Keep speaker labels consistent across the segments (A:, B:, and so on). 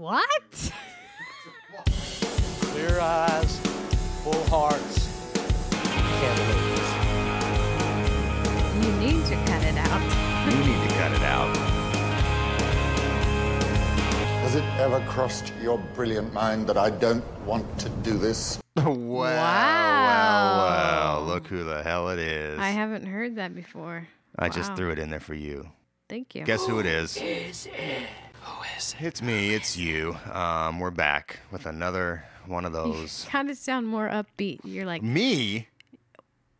A: What?
B: Clear eyes, full hearts. Can't believe this.
A: You need to cut it out.
C: You need to cut it out.
D: Has it ever crossed your brilliant mind that I don't want to do this?
C: wow, wow,
A: Wow.
C: wow. Look who the hell it is.
A: I haven't heard that before.
C: I just
A: Wow.
C: threw it in there for you.
A: Thank you.
C: Guess who it is? Who is it? It's me. It's you. Um, we're back with another one of those.
A: Kind of sound more upbeat. You're like,
C: me?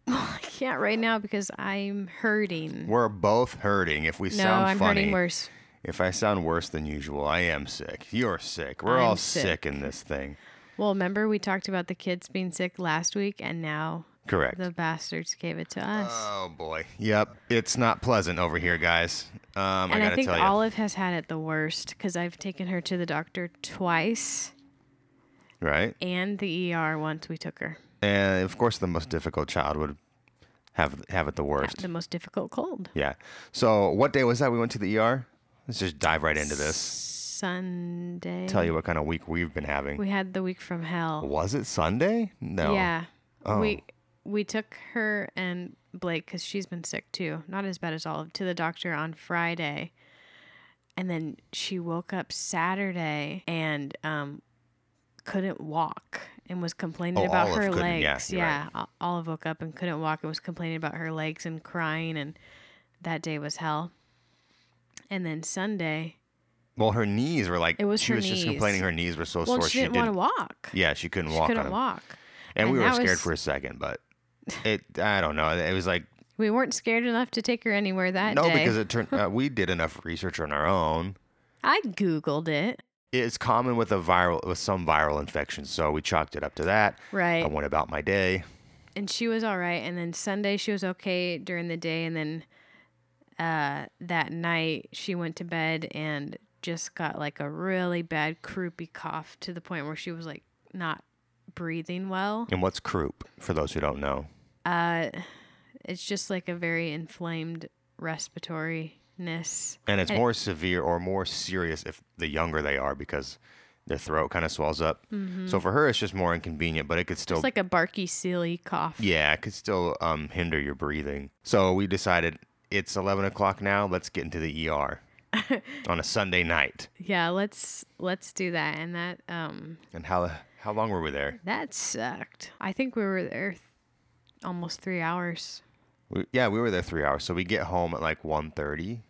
A: I can't right now because I'm hurting.
C: We're both hurting. If we
A: no,
C: sound
A: I'm
C: funny,
A: hurting worse.
C: if I sound worse than usual, I am sick. You're sick. We're all
A: I'm
C: sick.
A: sick.
C: in this thing.
A: Well, remember we talked about the kids being sick last week, and now
C: Correct.
A: the bastards gave it to us.
C: Oh boy. Yep. It's not pleasant over here, guys. Um, I
A: and
C: gotta
A: I, think
C: tell you.
A: Olive has had it the worst because I've taken her to the doctor twice
C: right.
A: and the ER once we took her.
C: And of course, the most difficult child would have have it the worst.
A: The most difficult cold.
C: yeah. So what day was that? We went to the ER. Let's just dive right into this.
A: Sunday.
C: Tell you what kind of week we've been having.
A: We had the week from hell.
C: was it Sunday? No.
A: Yeah.
C: Oh.
A: We we took her and Blake because she's been sick too, not as bad as Olive, to the doctor on Friday, and then she woke up Saturday and um couldn't walk and was complaining
C: Oh,
A: about
C: Olive
A: her
C: couldn't. Yeah,
A: legs.
C: you're
A: Yeah, O- Olive woke up and couldn't walk and was complaining about her legs and crying, and that day was hell. And then Sunday,
C: Well, her knees were like.
A: It was
C: she
A: her
C: was just
A: knees.
C: complaining her knees were so
A: well,
C: sore
A: she didn't want to walk.
C: Yeah, she couldn't
A: she
C: walk. on
A: couldn't
C: them.
A: walk.
C: And, we were
A: that
C: scared
A: was-
C: for a second, but it. I don't know. It was like
A: We weren't scared enough to take her anywhere that
C: no,
A: day.
C: because it turned. Uh, we did enough research on our own.
A: I googled it.
C: it's common with a viral with some viral infections so we chalked it up to that
A: Right.
C: i went about my day
A: and she was all right. And then Sunday she was okay during the day, and then uh, that night she went to bed and just got like a really bad croupy cough to the point where she was like not breathing well.
C: and what's croup for those who don't know
A: Uh, it's just like a very inflamed respiratoriness.
C: and it's
A: And-
C: more severe or more serious if the younger they are because their throat kind of swells up so for her it's just more inconvenient but it could still
A: It's like a barky, silly cough.
C: yeah it could still um, hinder your breathing so we decided it's 11 o'clock now let's get into the er on a sunday night
A: Yeah, let's let's do that. And that um
C: and how how long were we there
A: that sucked. I think we were there th- almost three hours.
C: we, yeah we were there three hours so we get home at like 1.30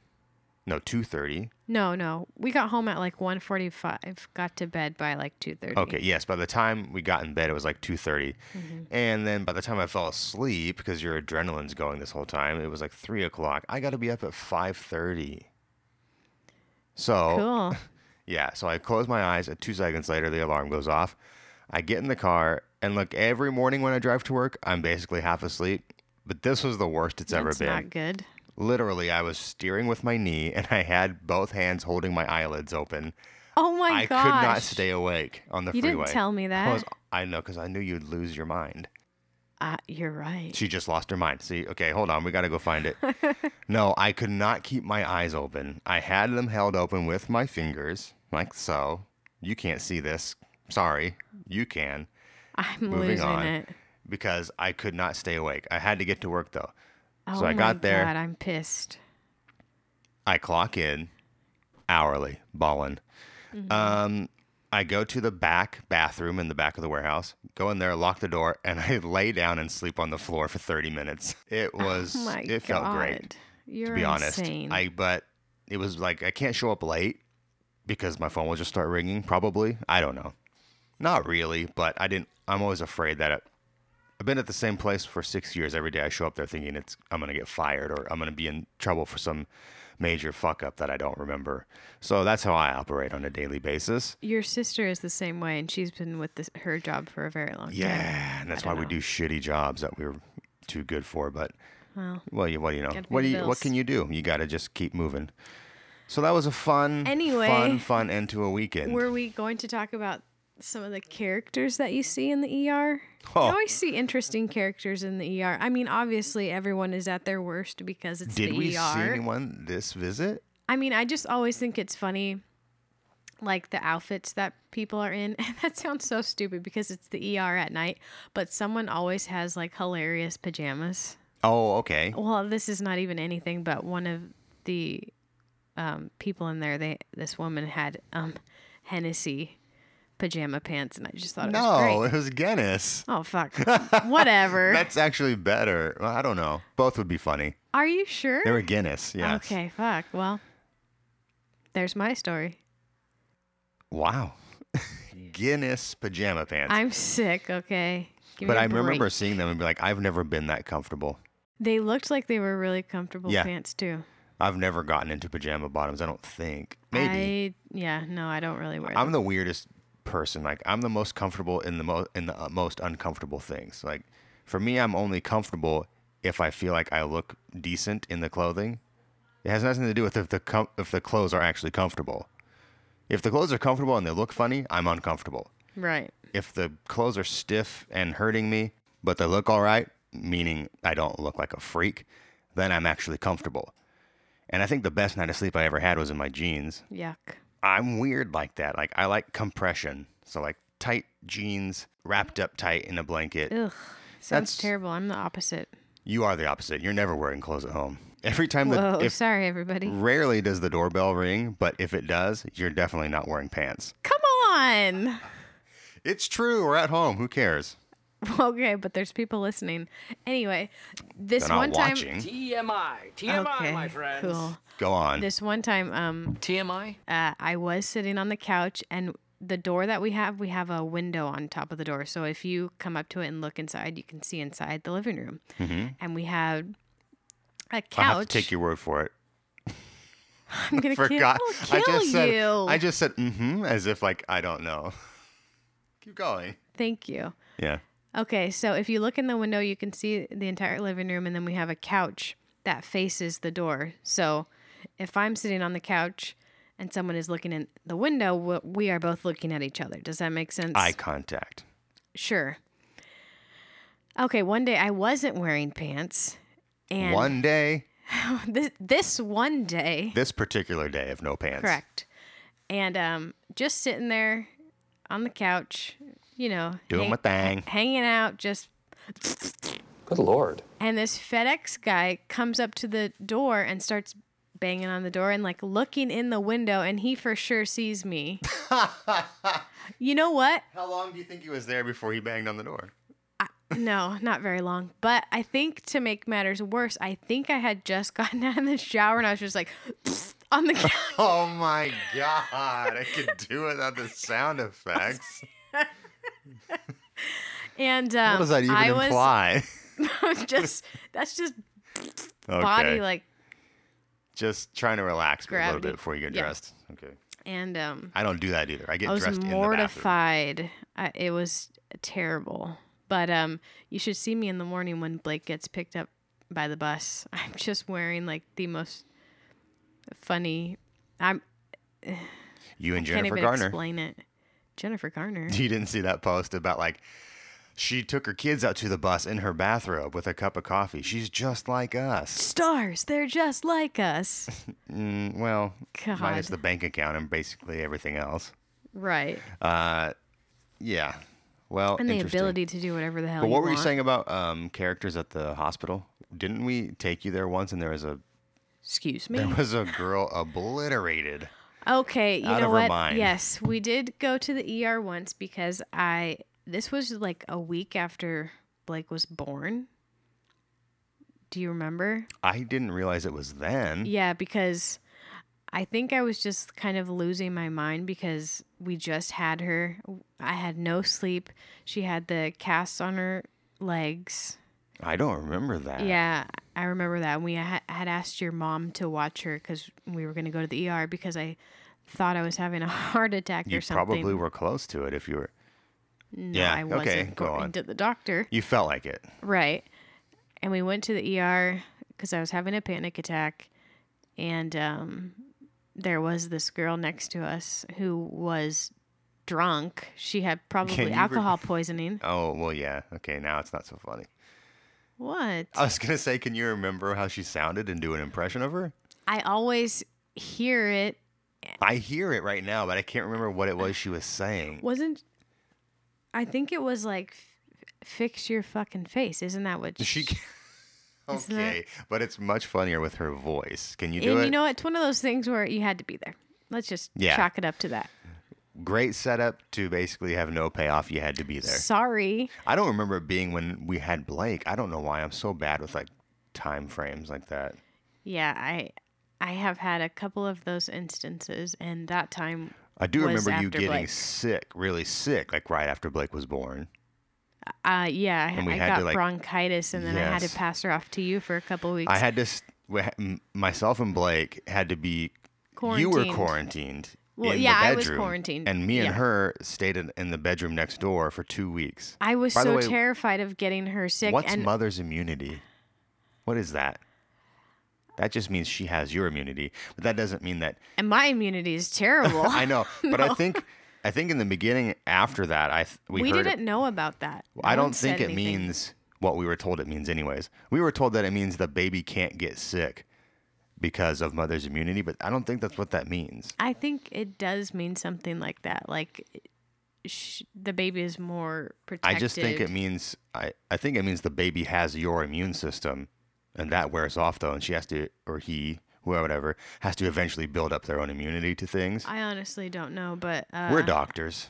C: no 2.30
A: No, no. We got home at like 1:45. Got to bed by like 2:30.
C: Okay, yes. By the time we got in bed, it was like 2.30.
A: Mm-hmm.
C: And then by the time I fell asleep, because your adrenaline's going this whole time, it was like 3 o'clock. I got to be up at 5.30. So,
A: Cool.
C: yeah. So I close my eyes. And two seconds later, the alarm goes off. I get in the car. And look, every morning when I drive to work, I'm basically half asleep. But this was the worst it's ever
A: That's
C: been.
A: not good.
C: Literally, I was steering with my knee and I had both hands holding my eyelids open.
A: Oh my
C: I
A: gosh.
C: could not stay awake on the
A: You
C: freeway.
A: didn't tell me
C: I, was,
A: that.
C: I know, because I knew you'd lose your mind.
A: Uh, you're right.
C: She just lost her mind. See, okay, hold on. We got to go find it. no, I could not keep my eyes open. I had them held open with my fingers, like so. You can't see this. Sorry. You can,
A: I'm
C: moving
A: losing
C: on.
A: it.
C: because I could not stay awake. I had to get to work, though.
A: Oh
C: So I
A: my
C: got there.
A: God, I'm pissed.
C: I clock in hourly, ballin.
A: Mm-hmm.
C: Um, I go to the back bathroom in the back of the warehouse, go in there, lock the door, and I lay down and sleep on the floor for 30 minutes. It was,
A: Oh my
C: it
A: God.
C: felt great,
A: You're
C: to be honest.
A: insane.
C: I, but it was like, I can't show up late because my phone will just start ringing, probably. I don't know. Not really, but I didn't, I'm always afraid that it, I've been at the same place for six years. Every day I show up there thinking it's I'm gonna get fired or I'm gonna be in trouble for some major fuck up that I don't remember. So that's how I operate on a daily basis.
A: Your sister is the same way, and she's been with this, her job for a very long time.
C: Yeah, and that's why we do shitty jobs that we were too good for. But well, you, what do you know?
A: gotta pay
C: What do
A: the
C: you, what
A: bills.
C: can you do? You gotta just keep moving. So that was a fun,
A: Anyway.
C: fun, fun end to a weekend.
A: Were we going to talk about some of the characters that you see in the ER?
C: Oh.
A: You always see interesting characters in the ER. I mean, obviously, everyone is at their worst because it's
C: Did
A: the
C: we
A: ER.
C: see anyone this visit?
A: I mean, I just always think it's funny like the outfits that people are in. And that sounds so stupid because it's the ER at night, but someone always has like hilarious pajamas.
C: Oh, okay.
A: Well, this is not even anything, but one of the um, people in there, they this woman had um, Hennessy pajama pants, and I just thought it was
C: No,
A: great.
C: it was Guinness.
A: Oh fuck, whatever.
C: That's actually better. Well, I don't know. Both would be funny.
A: Are you sure?
C: They were Guinness. Yes.
A: Okay, fuck. Well, there's my story.
C: Wow. Guinness pajama pants.
A: I'm sick. Okay. Give me
C: but
A: a
C: I remember
A: break.
C: seeing them and be like, I've never been that comfortable.
A: they looked like they were really comfortable
C: Yeah.
A: pants too.
C: I've never gotten into pajama bottoms. I don't think. Maybe.
A: I, yeah. No, I don't really wear.
C: I, am
A: them.
C: the weirdest person. Like I'm the most comfortable in the most in the uh, most uncomfortable things. Like for me, I'm only comfortable if I feel like I look decent in the clothing. It has nothing to do with if the com- if the clothes are actually comfortable. If the clothes are comfortable and they look funny, I'm uncomfortable.
A: right.
C: if the clothes are stiff and hurting me, but they look all right, meaning I don't look like a freak, then I'm actually comfortable. And I think the best night of sleep I ever had was in my jeans.
A: Yuck.
C: I'm weird like that. Like I like compression. So like tight jeans wrapped up tight in a blanket.
A: Ugh. Sounds
C: That's-
A: terrible. I'm the opposite.
C: You are the opposite. You're never wearing clothes at home. Every time
A: Whoa.
C: that if
A: Oh, sorry, everybody.
C: rarely does the doorbell ring, but if it does, you're definitely not wearing pants.
A: Come on.
C: It's true. We're at home. Who cares?
A: Okay, but there's people listening. Anyway, this
C: They're not
A: one time.
C: watching.
E: TMI. TMI,
A: Okay.
E: my friends.
A: Cool.
C: Go on.
A: This one time, um,
E: TMI?
A: uh, I was sitting on the couch and the door that we have, we have a window on top of the door. So if you come up to it and look inside, you can see inside the living room. And we had a
C: Mm-hmm. I have to
A: couch.
C: take your word for it.
A: I'm gonna kill,
C: forgot.
A: kill
C: I just
A: you.
C: said I just said mm-hmm as if like I don't know. Keep going.
A: Thank you.
C: Yeah.
A: Okay, so if you look in the window, you can see the entire living room, and then we have a couch that faces the door. So if I'm sitting on the couch and someone is looking in the window, w- we are both looking at each other. Does that make sense?
C: Eye contact.
A: Sure. Okay, one day I wasn't wearing pants. And
C: one day,
A: This, this one day.
C: this particular day of no pants.
A: Correct. And um, just sitting there on the couch, you know,
C: Doing my thing.
A: hanging out, just.
B: Good lord.
A: And this FedEx guy comes up to the door and starts banging on the door and like looking in the window, and he for sure sees me. you know what?
C: How long do you think he was there before he banged on the door?
A: No, not very long. But I think to make matters worse, I think I had just gotten out of the shower and I was just like on the couch.
C: Oh my god! I could do without the sound effects.
A: And um,
C: What does that even
A: I was,
C: imply?
A: I was just that's just
C: okay.
A: body like
C: Just trying to relax me a little
A: Gravity.
C: bit before you get
A: Yeah.
C: dressed. Okay.
A: and um
C: I don't do that either. I get
A: I was
C: dressed in the bathroom.
A: mortified. I, it was terrible. But um you should see me in the morning when Blake gets picked up by the bus. I'm just wearing like the most funny I'm
C: You and
A: can't
C: Jennifer
A: even
C: Garner.
A: explain it. Jennifer Garner.
C: you didn't see that post about like she took her kids out to the bus in her bathrobe with a cup of coffee. She's just like us.
A: stars. They're just like us.
C: Mm, Well, minus
A: God.
C: the bank account and basically everything else. Uh,
A: right.
C: Yeah. Well,
A: and the
C: interesting.
A: ability to do whatever the hell
C: But
A: you
C: what were you
A: want.
C: saying about um, characters at the hospital? Didn't we take you there once and there was a
A: Excuse me.
C: there was a girl obliterated?
A: Okay, you
C: Out
A: know
C: of her
A: what?
C: mind.
A: Yes, we did go to the ER once because I this was like a week after Blake was born. Do you remember?
C: I didn't realize it was then.
A: Yeah, because I think I was just kind of losing my mind because we just had her. I had no sleep. She had the cast on her legs.
C: I don't remember that.
A: Yeah, I remember that. We ha- had asked your mom to watch her because we were going to go to the ER because I thought I was having a heart attack
C: You
A: or something.
C: probably were close to it if you were.
A: No,
C: yeah.
A: I wasn't
C: okay. Go
A: going
C: on.
A: to the doctor.
C: You felt like it.
A: Right. And we went to the ER because I was having a panic attack. And um, there was this girl next to us who was drunk. She had
C: Can
A: probably
C: you re-
A: alcohol poisoning.
C: Oh well, yeah. Okay, now it's not so funny.
A: What?
C: I was gonna say, can you remember how she sounded and do an impression of her?
A: I always hear it
C: I hear it right now, but I can't remember what it was she was saying.
A: Wasn't I think it was like f- fix your fucking face. Isn't that what
C: She
A: sh- Isn't that-
C: okay, but it's much funnier with her voice. Can you do
A: And
C: it?
A: you know, it's one of those things where you had to be there. Let's just
C: Yeah.
A: chalk it up to that.
C: Great setup to basically have no payoff. You had to be there.
A: Sorry.
C: I don't remember it being when we had Blake. I don't know why I'm so bad with like time frames like that.
A: Yeah, I I have had a couple of those instances and that time
C: I do
A: was
C: remember you
A: after
C: getting
A: Blake.
C: sick, really sick, like right after Blake was born.
A: uh yeah, I,
C: we
A: I
C: had
A: got
C: to, like-
A: bronchitis and then I had to
C: Yes.
A: pass her off to you for a couple weeks.
C: I had to, s- we ha- m- myself and Blake had to be, you were
A: Quarantined.
C: quarantined.
A: Well,
C: in the
A: yeah, I was
C: bedroom,
A: quarantined.
C: And me and
A: Yeah.
C: her stayed in, in the bedroom next door for two weeks.
A: I was
C: By the
A: so
C: way,
A: terrified of getting her sick
C: What's
A: and
C: mother's immunity? What is that? That just means she has your immunity, but that doesn't mean that
A: and my immunity is terrible.
C: I know. But I think, I think in the beginning after that, I th- we,
A: we
C: heard it-
A: didn't know about that. No
C: I
A: one
C: don't think
A: said
C: it
A: anything.
C: means what we were told it means, anyways. We were told that it means the baby can't get sick because of mother's immunity, but I don't think that's what that means.
A: I think it does mean something like that. Like sh- the baby is more protected.
C: I just think it means I, I think it means the baby has your immune system and that wears off though and she has to or he whoever whatever has to eventually build up their own immunity to things.
A: I honestly don't know, but uh,
C: we're doctors.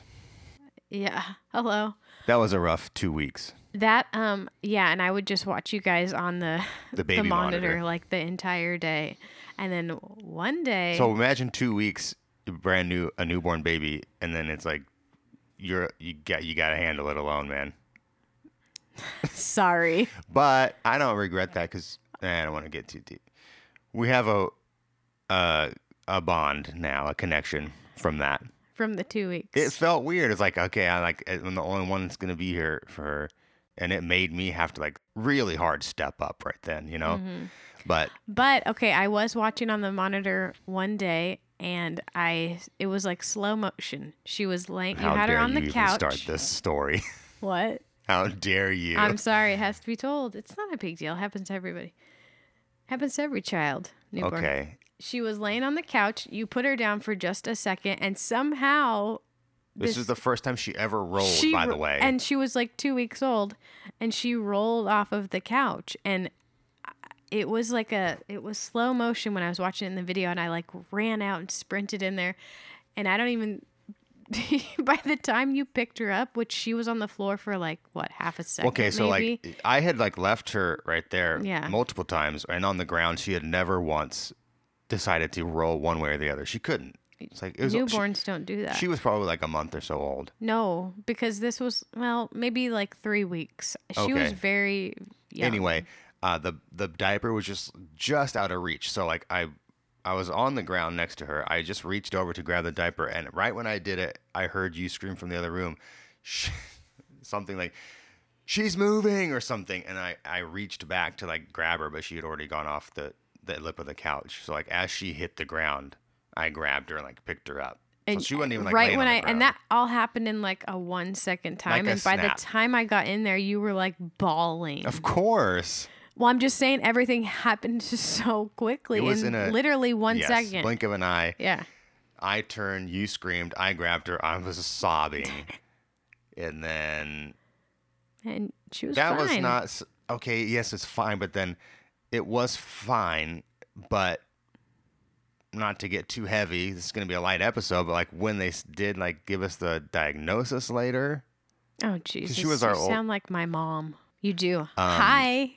A: yeah. Hello.
C: That was a rough 2 weeks.
A: That um yeah, and I would just watch you guys on the
C: The baby monitor.
A: like the entire day, and then one day
C: So imagine 2 weeks brand new a newborn baby and then it's like you're you got you got to handle it alone, man.
A: sorry.
C: But I don't regret that because I don't want to get too deep. We have a uh, a bond now, a connection from that.
A: From the two weeks,
C: It felt weird. It's like okay, I like eh, I'm the only one that's gonna be here for her, and it made me have to like really hard step up right then, you know.
A: Mm-hmm.
C: But
A: But okay, I was watching on the monitor one day and I it was like slow motion. She was laying you
C: how
A: had
C: dare
A: her on
C: you
A: the
C: even
A: couch.
C: start this story?
A: What?
C: how dare you?
A: I'm sorry, it has to be told. It's not a big deal. It happens to everybody. Happens to every child. Newborn.
C: okay,
A: She was laying on the couch. You put her down for just a second and somehow
C: this, is the first time she ever rolled,
A: she
C: by
A: ro-
C: the way.
A: and she was like 2 weeks old and she rolled off of the couch and I- it was like a it was slow motion when I was watching it in the video and I like ran out and sprinted in there and I don't even by the time you picked her up which she was on the floor for like what half a second
C: Okay, so
A: maybe.
C: like I had like left her right there
A: Yeah.
C: multiple times and on the ground she had never once decided to roll one way or the other. She couldn't. It's like it was
A: newborns don't do that
C: She, she was probably like a month or so old.
A: no because this was well maybe like 3 weeks she was
C: Okay.
A: very young.
C: Anyway, uh, the the diaper was just just out of reach. So like I I was on the ground next to her. I just reached over to grab the diaper, and right when I did it, I heard you scream from the other room, "Sh- something like "she's moving" or something. And I I reached back to like grab her, but she had already gone off the the lip of the couch. So like as she hit the ground, I grabbed her and like picked her up. so she wasn't even like
A: right
C: laying
A: when
C: on
A: I
C: the ground.
A: and that all happened in like a one second time,
C: a
A: and by
C: snap.
A: the time I got in there, you were like bawling.
C: of course
A: Well, I'm just saying everything happened just so quickly
C: It was in a-
A: literally one
C: yes,
A: second.
C: blink of an eye.
A: Yeah,
C: I turned, you screamed, I grabbed her, I was sobbing. and then
A: and she was
C: that was
A: fine.
C: not s- okay, yes, it's fine, but then it was fine, but not to get too heavy. This is going to be a light episode, but like when they s- did like give us the diagnosis later,
A: Oh Jesus,
C: she was our Um,
A: you
C: old-
A: sound like my mom. You do. Hi.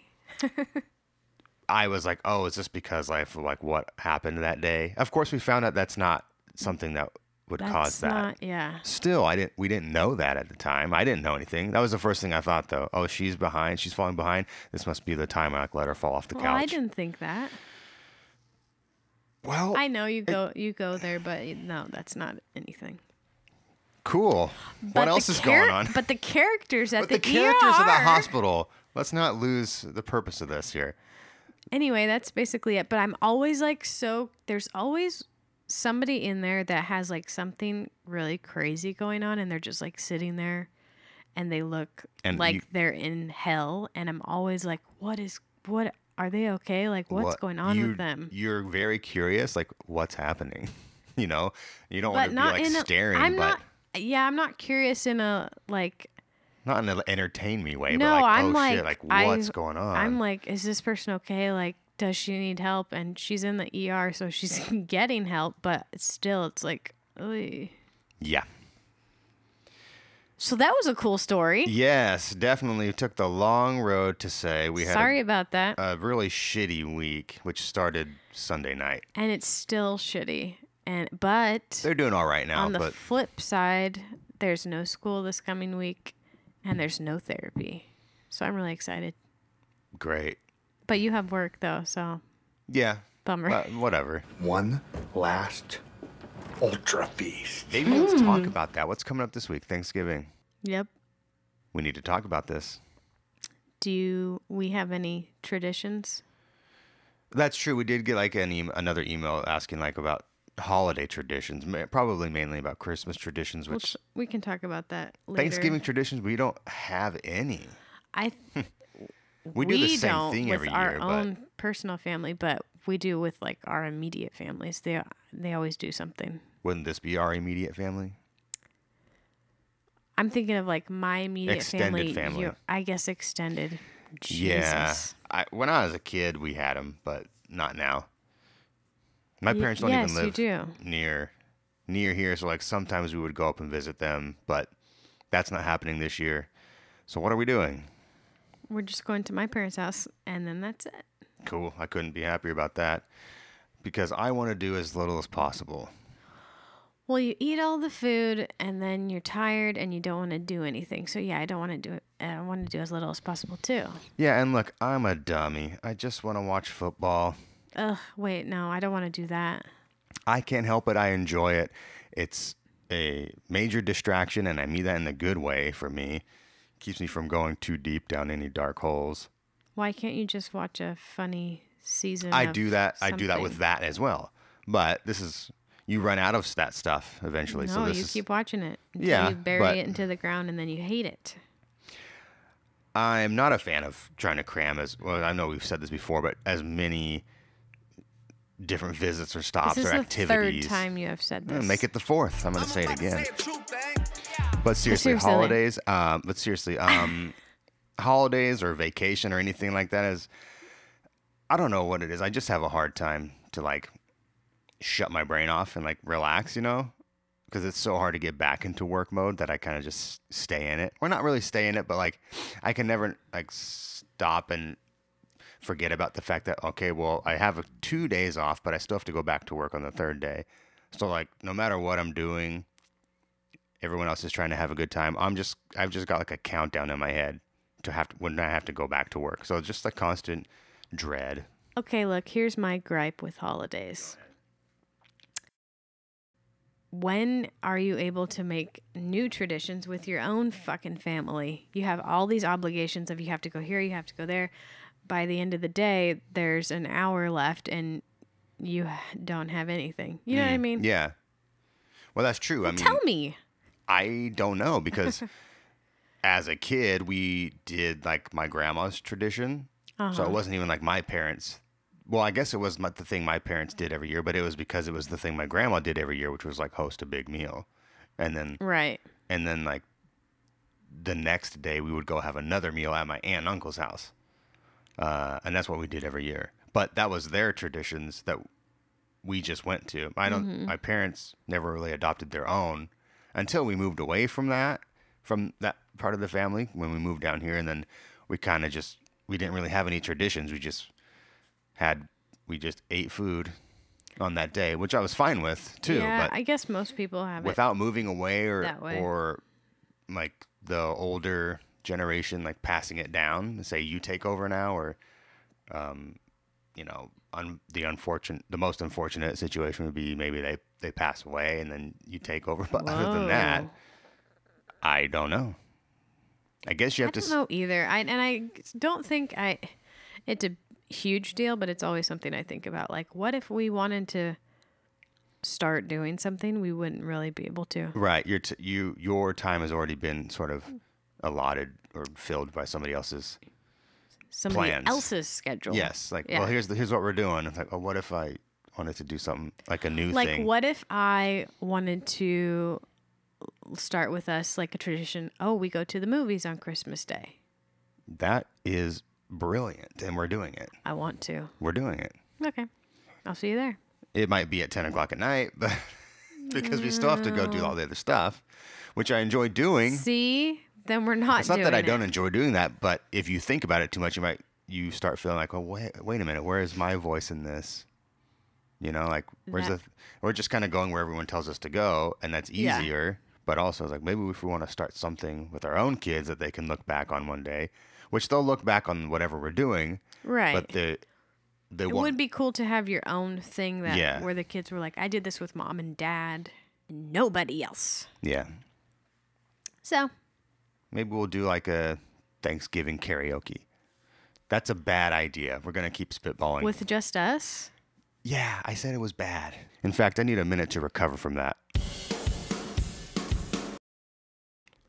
C: I was like, "Oh, is this because like like what happened that day?" Of course, we found out that's not something that would
A: That's
C: cause that.
A: not. Yeah.
C: Still, I didn't. We didn't know that at the time. I didn't know anything. That was the first thing I thought, though. Oh, she's behind. She's falling behind. This must be the time I like, let her fall off the
A: Well, I
C: couch.
A: didn't think that.
C: Well,
A: I know you go you go there, but no, that's not anything.
C: cool.
A: But
C: What
A: the
C: else is
A: char-
C: going on?
A: But the characters at
C: But the, characters
A: ER
C: of the hospital. Let's not lose the purpose of this here.
A: anyway, that's basically it. But I'm always like so there's always somebody in there that has like something really crazy going on and they're just like sitting there and they look
C: And
A: like
C: you-
A: they're in hell and I'm always like what is what are they okay? Like what's
C: What-
A: going on
C: you-
A: with them?
C: You're very curious. Like, what's happening? You know, you don't
A: but
C: want to be
A: not
C: like
A: in a,
C: staring,
A: I'm
C: but
A: not. Yeah, I'm not curious in a like.
C: not in an entertain me way.
A: No,
C: but like,
A: I'm
C: oh
A: like,
C: shit, like
A: I-
C: what's going on?
A: I'm like, is this person okay? Like, does she need help? And she's in the ER, so she's getting help, but still, it's like, oy.
C: yeah.
A: so that was a cool story.
C: Yes, definitely took the long road to say we had a- uh,
A: Sorry about that.
C: a really shitty week, which started Sunday night.
A: and it's still shitty. And but
C: They're doing all right now,
A: on the
C: but
A: flip side, there's no school this coming week, and there's no therapy. So I'm really excited.
C: great.
A: But you have work though, so
C: Yeah.
A: bummer.
C: But whatever.
E: One last ultra feast.
C: Maybe
A: Hmm.
C: let's talk about that. What's coming up this week? Thanksgiving.
A: yep.
C: We need to talk about this.
A: Do we have any traditions?
C: That's true. We did get like an e- another email asking like about holiday traditions, ma- probably mainly about Christmas traditions,
A: We'll
C: which
A: t- we can talk about that later.
C: Thanksgiving traditions we don't have any.
A: I th-
C: We do the same
A: don't
C: thing
A: with
C: every
A: our
C: year, but-
A: own personal family, but we do with like our immediate families. They they always do something.
C: Wouldn't this be our immediate family?
A: I'm thinking of like my immediate
C: Extended
A: family.
C: family.
A: your- I guess extended. Jesus.
C: Yeah. I, when I was a kid, we had them, but not now. My
A: Ye-
C: parents don't
A: yes,
C: even
A: you
C: live
A: do.
C: near near here, so like sometimes we would go up and visit them, but that's not happening this year. So what are we doing?
A: We're just going to my parents' house, and then that's it.
C: Cool. I couldn't be happier about that because I want to do as little as possible.
A: Well, you eat all the food, and then you're tired, and you don't want to do anything. So yeah, I don't want to do it. I want to do as little as possible too.
C: Yeah, and look, I'm a dummy. I just want to watch football.
A: Ugh. Wait, no, I don't want to do that.
C: I can't help it. I enjoy it. It's a major distraction, and I mean that in a good way for me. Keeps me from going too deep down any dark holes.
A: Why can't you just watch a funny season?
C: I
A: of
C: do that. I do that with
A: something?
C: that as well. But this is you run out of that stuff eventually. so
A: No,
C: this
A: you
C: is,
A: keep watching it. Until
C: Yeah,
A: You bury
C: but-
A: it into the ground, and then you hate it.
C: I'm not a fan of trying to cram as well. I know we've said this before, but as many different visits or stops
A: this is
C: or
A: the
C: activities.
A: third time Oh you have said
C: I'm gonna
A: this.
C: Make it the fourth. I'm gonna say it again. But seriously,
A: seriously, like-
C: holidays. Um, but seriously, um, holidays or vacation or anything like that is, I don't know what it is. I just have a hard time to like shut my brain off and like relax, you know, because it's so hard to get back into work mode that I kind of just stay in it. Or not really stay in it, but like I can never like stop and forget about the fact that okay, well, I have two days off, but I still have to go back to work on the third day. So like, no matter what I'm doing, everyone else is trying to have a good time. I'm just I've just got like a countdown in my head to have to, when I have to go back to work. So it's just the constant dread.
A: Okay, look, here's my gripe with holidays. When are you able to make new traditions with your own fucking family? You have all these obligations of you have to go here, you have to go there. By the end of the day, there's an hour left and you h- don't have anything. You know what I mean?
C: Mm. Yeah. Well, that's true. I mean,
A: Tell me.
C: I don't know because as a kid, we did like my grandma's tradition. So it wasn't even like my parents. Well, I guess it was not the thing my parents did every year, but it was because it was the thing my grandma did every year, which was like host a big meal. And then
A: Right.
C: and then like the next day we would go have another meal at my aunt and uncle's house uh, and that's what we did every year but that was their traditions that we just went to i don't my parents never really adopted their own until we moved away from that from that part of the family when we moved down here and then we kind of just we didn't really have any traditions we just had we just ate food on that day which i was fine with too
A: yeah,
C: but
A: I guess most people have it.
C: without moving away or
A: that way.
C: or like the older generation like passing it down and say you take over now or um you know un- the unfortunate the most unfortunate situation would be maybe they they pass away and then you take over but other than that
A: Whoa.
C: i don't know i guess you
A: I
C: have to
A: don't
C: s-
A: know either. I and I don't think I. It's a huge deal, but it's always something I think about. Like, what if we wanted to start doing something? We wouldn't really be able to.
C: right your t- you your time has already been sort of allotted or filled by somebody else's
A: Somebody
C: Plans.
A: else's schedule.
C: Yes, like
A: Yeah.
C: well, here's the, here's what we're doing. It's like, oh, what if I wanted to do something like a new
A: like
C: thing.
A: what if i wanted to start with us like a tradition oh we go to the movies on christmas day
C: That is brilliant, and we're doing it.
A: i want to
C: We're doing it.
A: okay i'll see you there
C: It might be at ten o'clock at night, but because we still have to go
A: Mm.
C: do all the other stuff, which I enjoy doing.
A: see then we're not
C: Mm-hmm. it's not that I
A: doing
C: don't
A: it.
C: enjoy doing that, but if you think about it too much, you might you start feeling like, oh wait, wait a minute, where is my voice in this? You know, like where's
A: That-
C: the? We're just kind of going where everyone tells us to go, and that's
A: Yeah.
C: easier. But also, it's like maybe if we want to start something with our own kids that they can look back on one day, which they'll look back on whatever we're doing,
A: right
C: but the they
A: it
C: won't.
A: would be cool to have your own thing that
C: Yeah.
A: where the kids were like i did this with mom and dad and nobody else
C: yeah,
A: so
C: maybe we'll do like a Thanksgiving karaoke. That's a bad idea. We're gonna keep spitballing.
A: with just us
C: Yeah, I said it was bad. In fact, I need a minute to recover from that.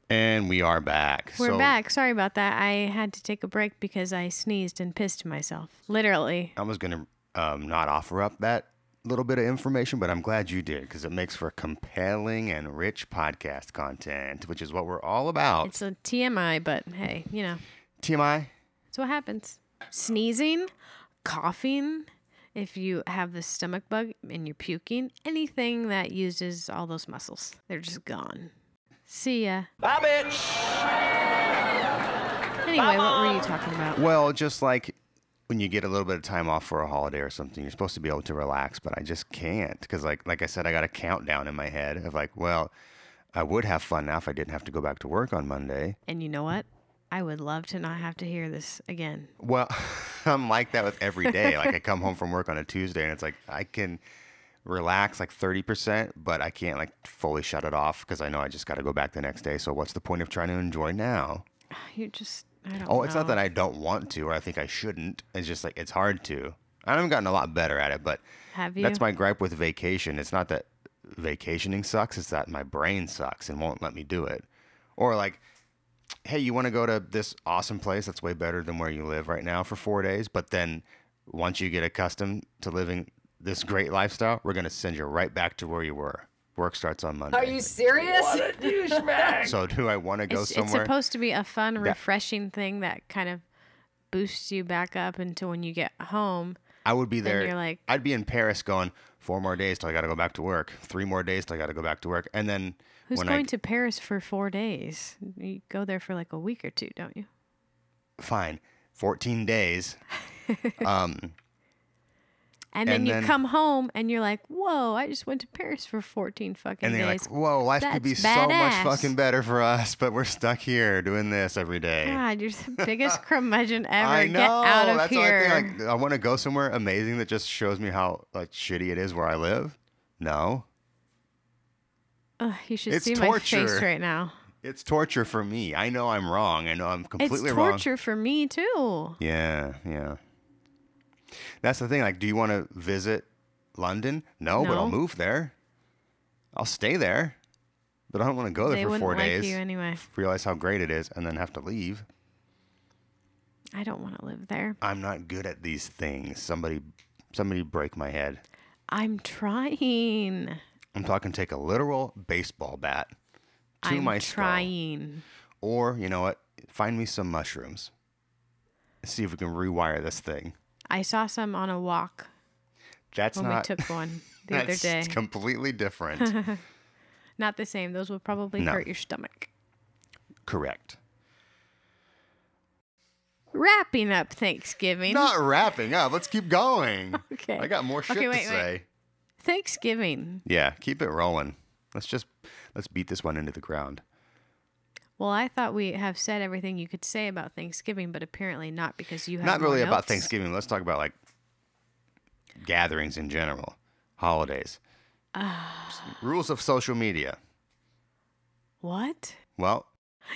C: And we are back.
A: we're
C: So-
A: back sorry about that i had to take a break because i sneezed and pissed myself literally
C: I was going to um, not offer up that little bit of information, but I'm glad you did because it makes for compelling and rich podcast content, which is what we're all about.
A: It's a TMI, but hey, you know,
C: TMI?
A: it's what happens. Sneezing, coughing, if you have the stomach bug and you're puking, anything that uses all those muscles, they're just gone. See ya.
B: Bye, bitch.
A: Anyway, what were you talking about?
C: Well, just like when you get a little bit of time off for a holiday or something, you're supposed to be able to relax, but I just can't because, like, like I said, I got a countdown in my head of like, well, I would have fun now if I didn't have to go back to work on Monday.
A: And you know what? I would love to not have to hear this again.
C: Well, I'm like that with every day. Like, I come home from work on a Tuesday and it's like I can relax like 30%, but I can't like fully shut it off because I know I just got to go back the next day. So, what's the point of trying to enjoy now?
A: You just, I don't
C: Oh, it's not
A: know.
C: that I don't want to or I think I shouldn't. It's just like it's hard to. I've gotten a lot better at it, but
A: Have you?
C: that's my gripe with vacation. It's not that vacationing sucks, it's that my brain sucks and won't let me do it. Or like, hey, you want to go to this awesome place that's way better than where you live right now for 4 days, but then once you get accustomed to living this great lifestyle, we're going to send you right back to where you were. Work starts on Monday.
F: Are you serious?
C: so do I want to go
A: It's, it's
C: somewhere?
A: supposed to be a fun, refreshing thing that kind of boosts you back up until when you get home.
C: I would be
A: Then
C: there.
A: you're like-
C: I'd be in Paris going four more days till I got to go back to work. Three more days till I got to go back to work, and then
A: Who's
C: when
A: going
C: I
A: to Paris for four days? You go there for like a week or two, don't you?
C: fine fourteen days. um,
A: And then
C: And
A: you
C: then-
A: come home and you're like, "Whoa, I just went to Paris for 14 fucking
C: and then you're like,
A: days."
C: "Whoa, life could be
A: That's
C: so much
A: badass."
C: fucking better for us, but we're stuck here doing this every day."
A: God, you're the biggest curmudgeon ever.
C: I know.
A: Get out of
C: that's
A: here.
C: what I think. Like, I want to go somewhere amazing that just shows me how like shitty it is where I live. No,
A: Ugh, you should
C: It's
A: see my face
C: torture.
A: right now.
C: it's torture for me. I know I'm wrong. I know I'm completely
A: it's
C: wrong.
A: torture for me too.
C: Yeah, yeah. That's the thing. Like, do you want to visit London? No, but I'll
A: No.
C: move there. I'll stay there, but I don't want to go there
A: They
C: for
A: wouldn't
C: four
A: like
C: days.
A: you anyway.
C: Realize how great it is, and then have to leave.
A: I don't want to live there.
C: I'm not good at these things. Somebody, somebody, break my head.
A: I'm trying.
C: I'm talking take a literal baseball bat to
A: I'm
C: my skull.
A: trying.
C: or you know what? Find me some mushrooms. See if we can rewire this thing.
A: I saw some on a walk
C: That's
A: when
C: not
A: we took one the other
C: that's
A: day.
C: completely different.
A: Not the same. Those would probably
C: No.
A: hurt your stomach.
C: Correct.
A: Wrapping up Thanksgiving.
C: Not wrapping up. Let's keep going.
A: Okay.
C: I got more shit
A: Okay, wait,
C: to
A: wait.
C: say.
A: Thanksgiving.
C: Yeah, keep it rolling. Let's just let's beat this one into the ground.
A: Well, I thought we have said everything you could say about Thanksgiving, but apparently not because you have
C: Not
A: more
C: really about
A: notes.
C: Thanksgiving. Let's talk about like gatherings in general, holidays, rules of social media.
A: What?
C: Well,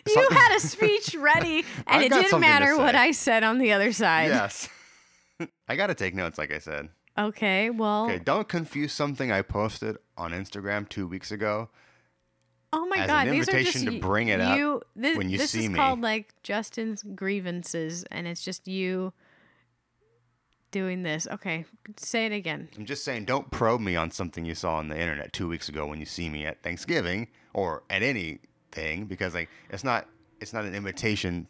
A: You
C: something-
A: had a speech ready, and
C: I've
A: it
C: got
A: didn't
C: something to
A: matter what
C: say.
A: I said on the other side.
C: yes. I gotta take notes, like I said.
A: Okay. Well.
C: Okay, don't confuse something I posted on Instagram two weeks ago
A: Oh my
C: as
A: God.
C: an
A: these are just
C: invitation to
A: y-
C: bring it up
A: you, thi-
C: when you
A: this
C: see
A: is
C: me.
A: called like Justin's grievances, and it's just you doing this. Okay, say it again.
C: I'm just saying, don't probe me on something you saw on the internet two weeks ago when you see me at Thanksgiving or at anything, because like it's not it's not an invitation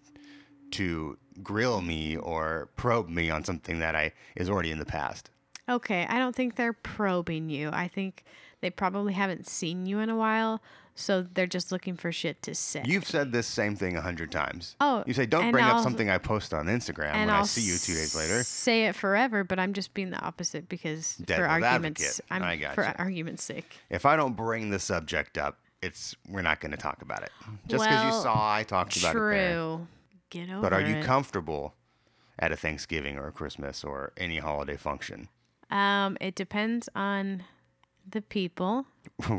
C: to grill me or probe me on something that I is already in the past.
A: Okay, I don't think they're probing you. I think they probably haven't seen you in a while, so they're just looking for shit to say.
C: You've said this same thing a hundred times.
A: Oh,
C: you say don't
A: and
C: bring up
A: I'll-
C: something I post on Instagram when i
A: I'll
C: see you two days later.
A: Say it forever, but I'm just being the opposite because for
C: Devil's
A: arguments,
C: advocate.
A: I'm
C: I gotcha.
A: for argument's sake.
C: If I don't bring the subject up, it's we're not going to talk about it. Just because you
A: Well,
C: saw, I talked about it. there.
A: True. Get over
C: But are you
A: it.
C: comfortable at a Thanksgiving or a Christmas or any holiday function?
A: um, it depends on the people.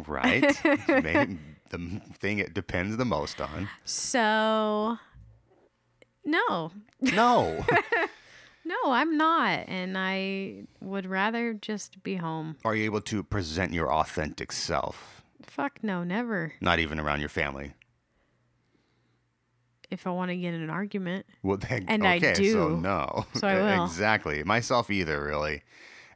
C: right? It's Maybe the thing it depends the most on.
A: So, no,
C: No.
A: no, I'm not, and I would rather just be home.
C: are you able to present your authentic self,
A: Fuck no, never.
C: not even around your family?
A: If I want to get in an argument,
C: Well, then,
A: And I
C: okay, So
A: do.
C: no. E,
A: So I will.
C: Exactly. Myself either, really.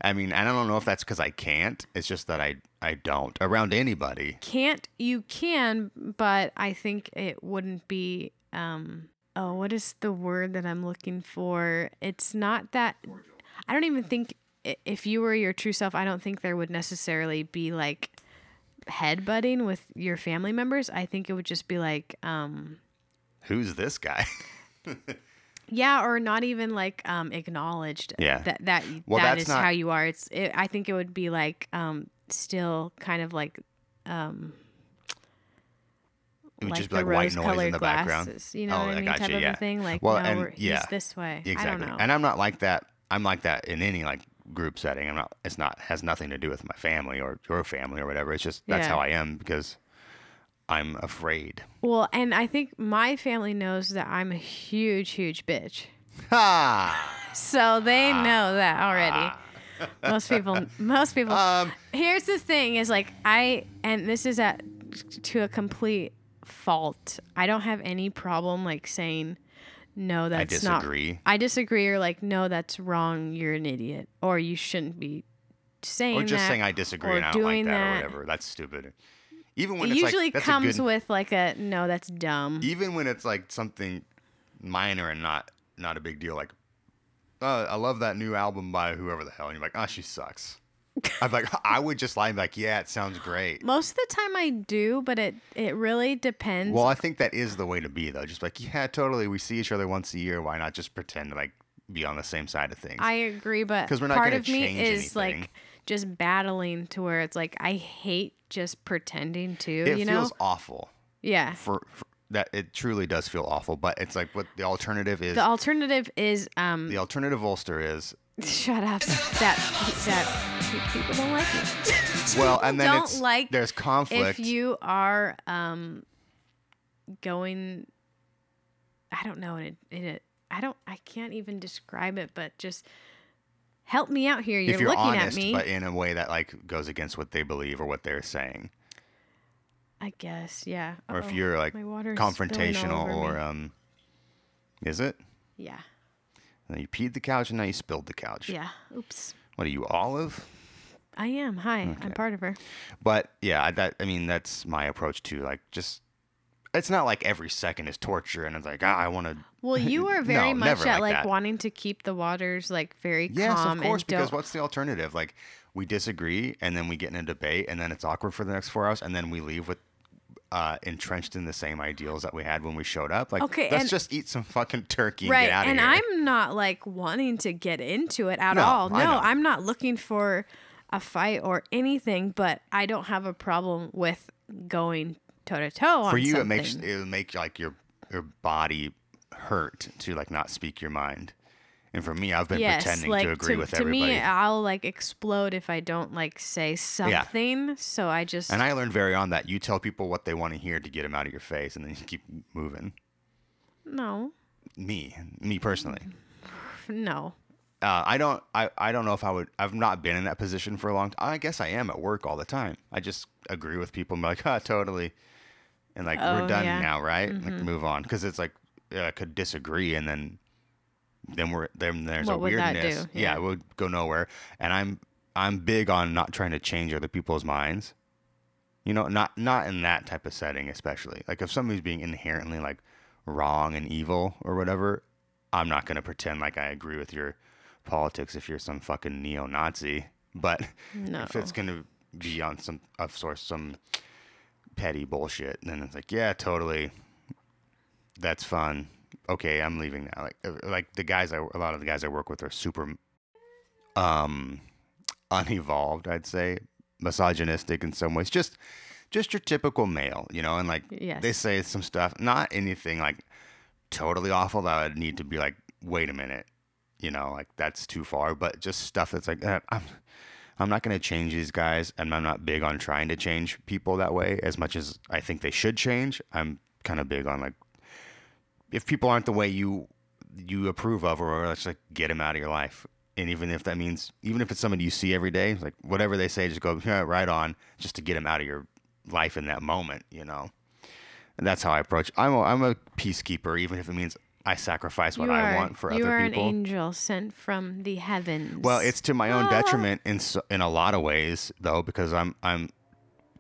C: I mean, and I don't know if that's because I can't. It's just that I I don't around anybody.
A: can't you can, but I think it wouldn't be. Um, oh, what is the word that I'm looking for? It's not that. I don't even think i- if you were your true self, I don't think there would necessarily be like headbutting with your family members. I think it would just be like, um,
C: Who's this guy?
A: Yeah, or not even like um acknowledged.
C: Yeah.
A: That that
C: Well,
A: that
C: that's
A: is
C: not-
A: how you are. It's it, I think it would be like um still kind of like um
C: It would
A: like
C: just be
A: the
C: like white
A: rose
C: noise in
A: colored
C: the
A: glasses,
C: background.
A: you know
C: Oh,
A: what I
C: I
A: mean?
C: gotcha,
A: type
C: yeah.
A: of a thing. Like
C: Well,
A: no,
C: and-
A: we're,
C: yeah.
A: he's this way. I
C: Exactly.
A: don't know.
C: And I'm not like that. I'm like that in any like group setting. I'm not. It's not has nothing to do with my family or your family or whatever. It's just that's
A: Yeah.
C: how I am because I'm afraid.
A: well, and I think my family knows that I'm a huge, huge bitch. Um,
C: Ha!
A: So they
C: Ah.
A: know that already. Most people, most people.
C: Ah.
A: Here's the thing: is like I, and this is at to a complete fault. I don't have any problem like saying no. That's
C: disagree.
A: not. I disagree, or like no, that's wrong. You're an idiot, or you shouldn't be saying
C: Or just
A: that,
C: saying I disagree
A: or
C: and I don't like
A: doing
C: that, or whatever. That's stupid. Even
A: It
C: when it's
A: usually
C: like, that's a
A: comes
C: good-
A: with like a no, that's dumb.
C: even when it's like something minor and not not a big deal. Like, uh, I love that new album by whoever the hell, and you're like, ah, she sucks. I'm like, I would just lie and be like, yeah, it sounds great.
A: Most of the time I do, but it it really depends.
C: Well, I think that is the way to be, though. Just like, yeah, totally. We see each other once a year. Why not just pretend to like be on the same side of things?
A: I agree, but
C: 'Cause we're not
A: part
C: gonna
A: of me
C: change
A: is
C: anything.
A: like just battling to where it's like I hate just pretending to,
C: it
A: you know?
C: feels awful.
A: Yeah.
C: For, for that, it truly does feel awful. But it's like what the alternative is.
A: The
C: The,
A: alternative is um
C: alternative Ulster is
A: shut up. That that people don't like it.
C: well, and then
A: don't
C: it's,
A: like
C: there's conflict.
A: If you are um going I don't know it, it I don't I can't even describe it, but just help me out here. You're,
C: if you're
A: looking
C: honest,
A: at me.
C: but in a way that like goes against what they believe or what they're saying,
A: I guess, yeah.
C: or if
A: Uh-oh,
C: you're like
A: Oh, my water is spilling all
C: confrontational
A: over
C: or
A: me.
C: um, is it?
A: yeah.
C: And you peed the couch and now you spilled the couch.
A: Yeah. Oops.
C: What are you, Olive?
A: I am. Hi. I'm part of her.
C: But yeah, I, that I mean, that's my approach too. Like, just it's not like every second is torture, and it's like ah, I want to.
A: Well, you were very
C: No,
A: much
C: never
A: at
C: like
A: like
C: that.
A: wanting to keep the waters like very
C: Yes,
A: Mm, calm
C: of course,
A: and don't.
C: because what's the alternative? Like, we disagree, and then we get in a debate, and then it's awkward for the next four hours, and then we leave with. Uh, entrenched in the same ideals that we had when we showed up. Like,
A: Okay,
C: let's
A: and-
C: just eat some fucking turkey and
A: right,
C: get out
A: and
C: of here.
A: I'm not like wanting to get into it at
C: No,
A: all. No,
C: I know.
A: I'm not looking for a fight or anything, but I don't have a problem with going toe to toe on
C: for you,
A: something.
C: it makes it would make like your your body hurt to like not speak your mind. And for me, I've been
A: yes,
C: pretending
A: like
C: to agree
A: to,
C: with
A: to
C: everybody.
A: me, I'll like explode if I don't like say something. So I just
C: And I learned very on that you tell people what they want to hear to get them out of your face, and then you keep moving.
A: no,
C: Me, me personally,
A: Mm-hmm. no.
C: uh, I don't, I, I don't know if I would. I've not been in that position for a long time. I guess I am at work all the time. I just agree with people and be like, ah, totally, and like
A: Oh,
C: we're done
A: yeah. Mm-hmm.
C: uh, now, right? Like move on because it's like yeah, I could disagree and then then we're then there's a
A: What would that do?
C: weirdness. Yeah.
A: Yeah.
C: it would go nowhere. And I'm I'm big on not trying to change other people's minds. You know, not not in that type of setting, especially like if somebody's being inherently like wrong and evil or whatever. I'm not gonna pretend like I agree with your politics if you're some fucking neo-Nazi. But
A: No.
C: if it's gonna be on some of source some petty bullshit, then it's like, yeah, totally that's fun. Okay, I'm leaving now. Like uh, like the guys I a lot of the guys I work with are super um unevolved, I'd say, misogynistic in some ways. Just just your typical male, you know, and like
A: Yes.
C: they say some stuff, not anything like totally awful that I'd need to be like, wait a minute, you know, like that's too far, but just stuff that's like eh, I'm I'm not going to change these guys, and I'm not big on trying to change people that way as much as I think they should change. I'm kind of big on like if people aren't the way you you approve of or let's like get them out of your life and even if that means even if it's somebody you see every day like whatever they say just go yeah, right on just to get them out of your life in that moment you know and that's how i approach i'm a, I'm a peacekeeper even if it means i sacrifice what
A: you
C: i
A: are,
C: want for
A: you
C: other
A: are
C: people
A: an angel sent from the heavens.
C: well, it's to my own detriment in so, in a lot of ways, though, because I'm I'm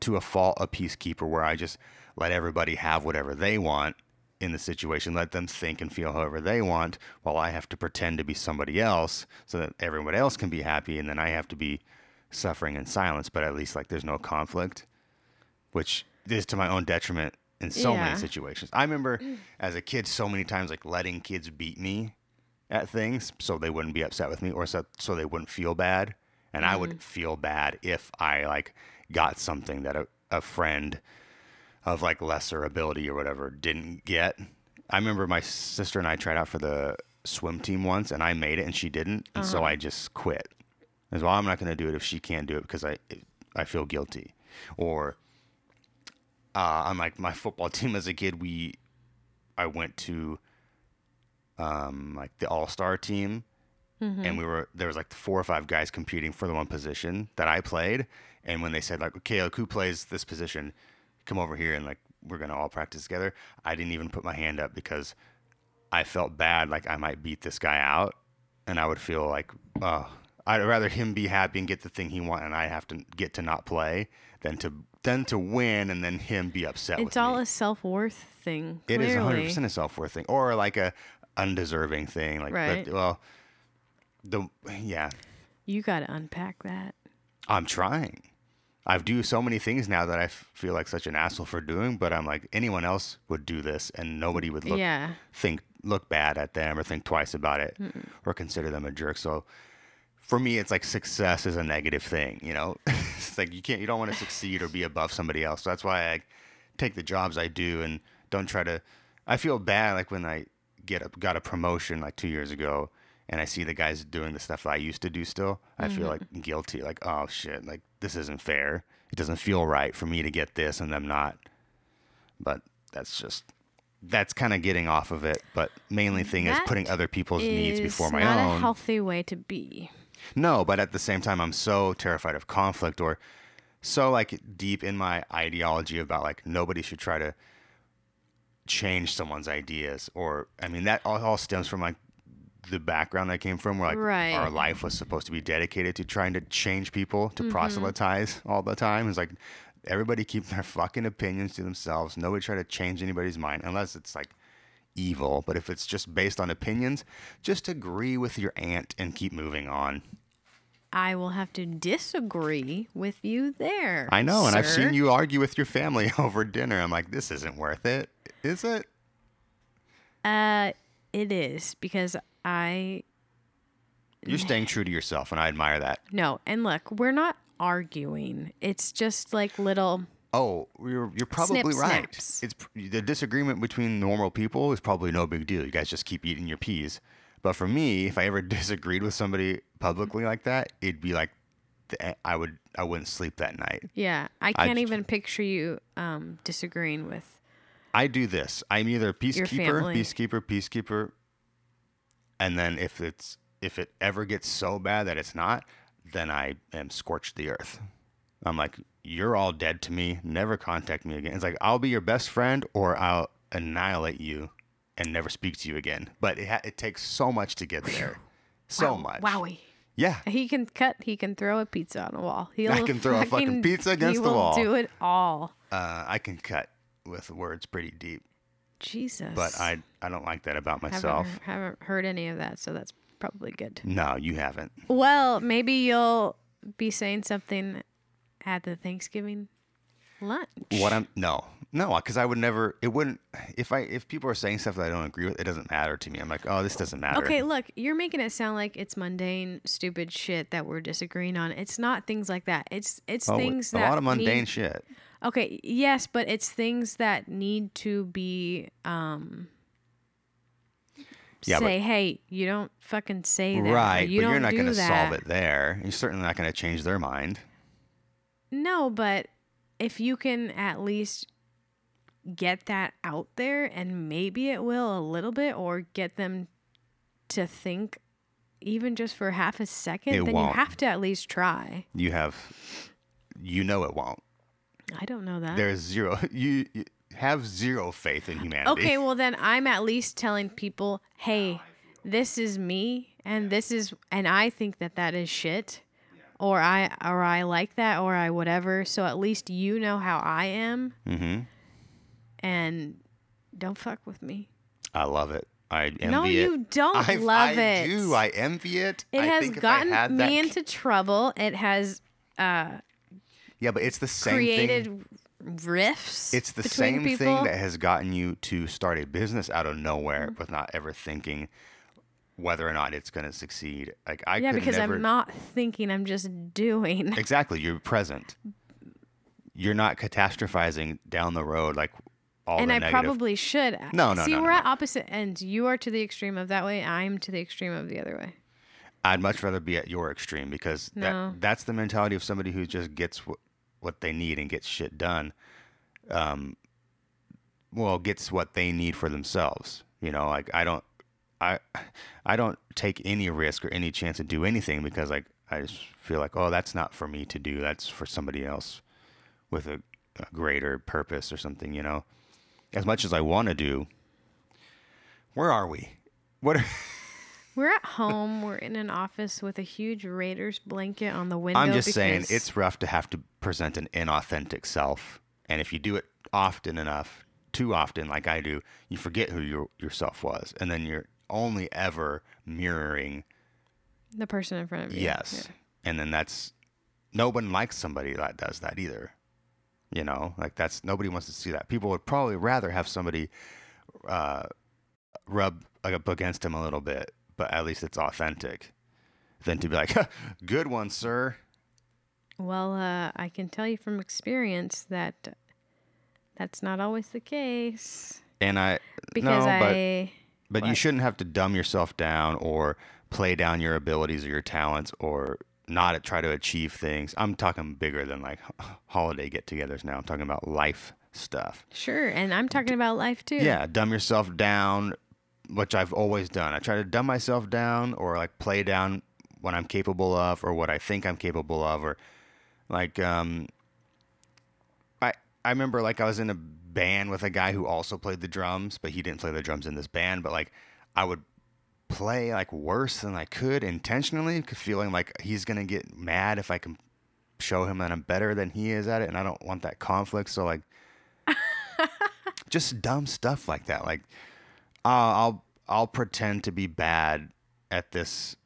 C: to a fault a peacekeeper where I just let everybody have whatever they want in the situation, let them think and feel however they want, while I have to pretend to be somebody else so that everyone else can be happy, and then I have to be suffering in silence. But at least like there's no conflict, which is to my own detriment in so
A: Yeah.
C: many situations. I remember as a kid so many times like letting kids beat me at things so they wouldn't be upset with me or so, so they wouldn't feel bad and i would feel bad if i like got something that a, a friend of like lesser ability or whatever didn't get i remember my sister and i tried out for the swim team once and i made it and she didn't and so i just quit as well i'm not going to do it if she can't do it because i i feel guilty or uh, on like my football team as a kid we i went to um, like the all star team,
A: Mm-hmm.
C: and we were there was like four or five guys competing for the one position that I played. And when they said like, okay, like who plays this position, come over here and like we're gonna all practice together. I didn't even put my hand up because I felt bad, like I might beat this guy out, and I would feel like, oh, I'd rather him be happy and get the thing he want, and I have to get to not play than to than to win and then him be upset.
A: It's
C: with
A: all
C: me.
A: a self worth thing.
C: It is 100
A: clearly.
C: percent a self worth thing, or like a undeserving thing. Like,
A: Right.
C: but, well, the yeah,
A: You got to unpack that.
C: I'm trying. I do so many things now that I f- feel like such an asshole for doing, but I'm like anyone else would do this, and nobody would look
A: Yeah.
C: think look bad at them or think twice about it or consider them a jerk. So for me, it's like success is a negative thing. You know, it's like you can't you don't want to succeed or be above somebody else. So that's why I take the jobs I do and don't try to. I feel bad like when I get a, got a promotion like two years ago and I see the guys doing the stuff that I used to do still. I
A: Mm-hmm.
C: feel like guilty. Like oh shit, like this isn't fair. It doesn't feel right for me to get this and them not. But that's just that's kind of getting off of it. But mainly thing is
A: That
C: putting other people's needs
A: Is
C: before my
A: not
C: own.
A: a healthy way to be.
C: No, but at the same time, I'm so terrified of conflict or so like deep in my ideology about like nobody should try to change someone's ideas or I mean that all, all stems from like the background I came from where like
A: Right.
C: our life was supposed to be dedicated to trying to change people to proselytize all the time it's like everybody keep their fucking opinions to themselves nobody try to change anybody's mind unless it's like evil but if it's just based on opinions just agree with your aunt and keep moving on
A: I will have to disagree with you there.
C: I know, and I've
A: sir.
C: seen you argue with your family over dinner. I'm like, this isn't worth it, is it?
A: Uh, it is because I
C: You're
A: Mm.
C: staying true to yourself, and I admire that.
A: no. And look, we're not arguing. It's just like little.
C: Oh, you're you're probably
A: Snip
C: right.
A: snaps.
C: It's pr- the disagreement between normal people is probably no big deal. You guys just keep eating your peas. But for me, if I ever disagreed with somebody publicly like that, it'd be like, the, I would I wouldn't sleep that night.
A: Yeah, I can't
C: just-
A: even picture you um disagreeing with.
C: I do this. I'm either peacekeeper,
A: family.
C: peacekeeper, peacekeeper, and then if it's if it ever gets so bad that it's not, then I am scorched the earth. I'm like, you're all dead to me. Never contact me again. It's like I'll be your best friend or I'll annihilate you and never speak to you again. But it ha- it takes so much to get there, so much.
A: Wowie.
C: Yeah.
A: He can cut. He can throw a pizza on a wall. He'll
C: I can throw a fucking pizza against
A: he
C: the
A: will
C: wall.
A: Do it all.
C: Uh, I can cut with words pretty deep,
A: Jesus.
C: but I I don't like that about
A: haven't,
C: myself.
A: heard- haven't heard any of that, so that's probably good.
C: No, you haven't.
A: Well, maybe you'll be saying something at the Thanksgiving lunch.
C: What I'm no no because I would never. It wouldn't if I if people are saying stuff that I don't agree with. It doesn't matter to me. I'm like, oh, this doesn't matter.
A: Okay, look, you're making it sound like it's mundane, stupid shit that we're disagreeing on. It's not things like that. It's it's
C: Oh,
A: things
C: a
A: that
C: lot of mundane
A: need-
C: shit.
A: Okay, yes, but it's things that need to be um
C: Yeah, but-
A: say, hey, you don't fucking say that. or
C: Right,
A: you
C: but
A: don't
C: you're not
A: do
C: going to
A: that."
C: solve it there. You're certainly not going to change their mind.
A: No, but if you can at least get that out there and maybe it will a little bit or get them to think even just for half a second,
C: It
A: then you
C: won't.
A: have to at least try.
C: You have, you know, it won't.
A: I don't know that.
C: There's zero. You, you have zero faith in humanity.
A: Okay, well then I'm at least telling people, "Hey, this is me and this is and I think that that is shit." Or I or I like that or I whatever, so at least you know how I am. Mhm.
C: Mm-hmm.
A: And don't fuck with me.
C: I love it. I envy
A: No,
C: it.
A: you don't
C: I,
A: love
C: I
A: it.
C: do. I envy it.
A: It
C: I
A: has
C: think if I
A: gotten
C: had that
A: me
C: ca-
A: into trouble. It has
C: Yeah, but it's the same
A: created
C: thing.
A: rifts.
C: It's the
A: between
C: same
A: people. Mm-hmm.
C: thing that has gotten you to start a business out of nowhere with not ever thinking whether or not it's going to succeed. Like I
A: yeah,
C: could
A: because
C: never
A: I'm not thinking. I'm just doing.
C: Exactly, you're present. You're not catastrophizing down the road like all
A: and
C: the
A: I
C: negative.
A: probably should.
C: No, no,
A: See,
C: no,
A: we're
C: no,
A: at opposite ends. You are to the extreme of that way. I'm to the extreme of the other way.
C: I'd much rather be at your extreme because
A: No.
C: that, that's the mentality of somebody who just gets what, what they need and gets shit done. Um, well, gets what they need for themselves. You know, like I don't, I, I don't take any risk or any chance to do anything because like I just feel like, oh, that's not for me to do. That's for somebody else with a, a greater purpose or something. You know, as much as I want to do. Where are we? What? Are,
A: We're at home. we're in an office with a huge Raiders blanket on the window.
C: I'm just saying
A: because-
C: it's rough to have to present an inauthentic self, and if you do it often enough, too often, like I do, you forget who your yourself was, and then you're only ever mirroring
A: the person in front of you.
C: yes, and then that's no one likes somebody that does that either. You know, like that's nobody wants to see that. People would probably rather have somebody uh, rub like, up against him a little bit, but at least it's authentic, than to be like, "Good one, sir."
A: Yeah. Well, uh, I can tell you from experience that that's not always the case
C: And I
A: because
C: no, but,
A: I
C: but you shouldn't have to dumb yourself down or play down your abilities or your talents or not try to achieve things. I'm talking bigger than like holiday get-togethers now. I'm talking about life stuff.
A: sure, and I'm talking about life too.
C: Yeah, dumb yourself down, which I've always done. I try to dumb myself down or like play down what I'm capable of or what I think I'm capable of or like um I I remember like I was in a band with a guy who also played the drums, but he didn't play the drums in this band, but like I would play like worse than I could intentionally, feeling like he's going to get mad if I can show him that I'm better than he is at it and I don't want that conflict, so like just dumb stuff like that. Like uh, I'll I'll pretend to be bad at this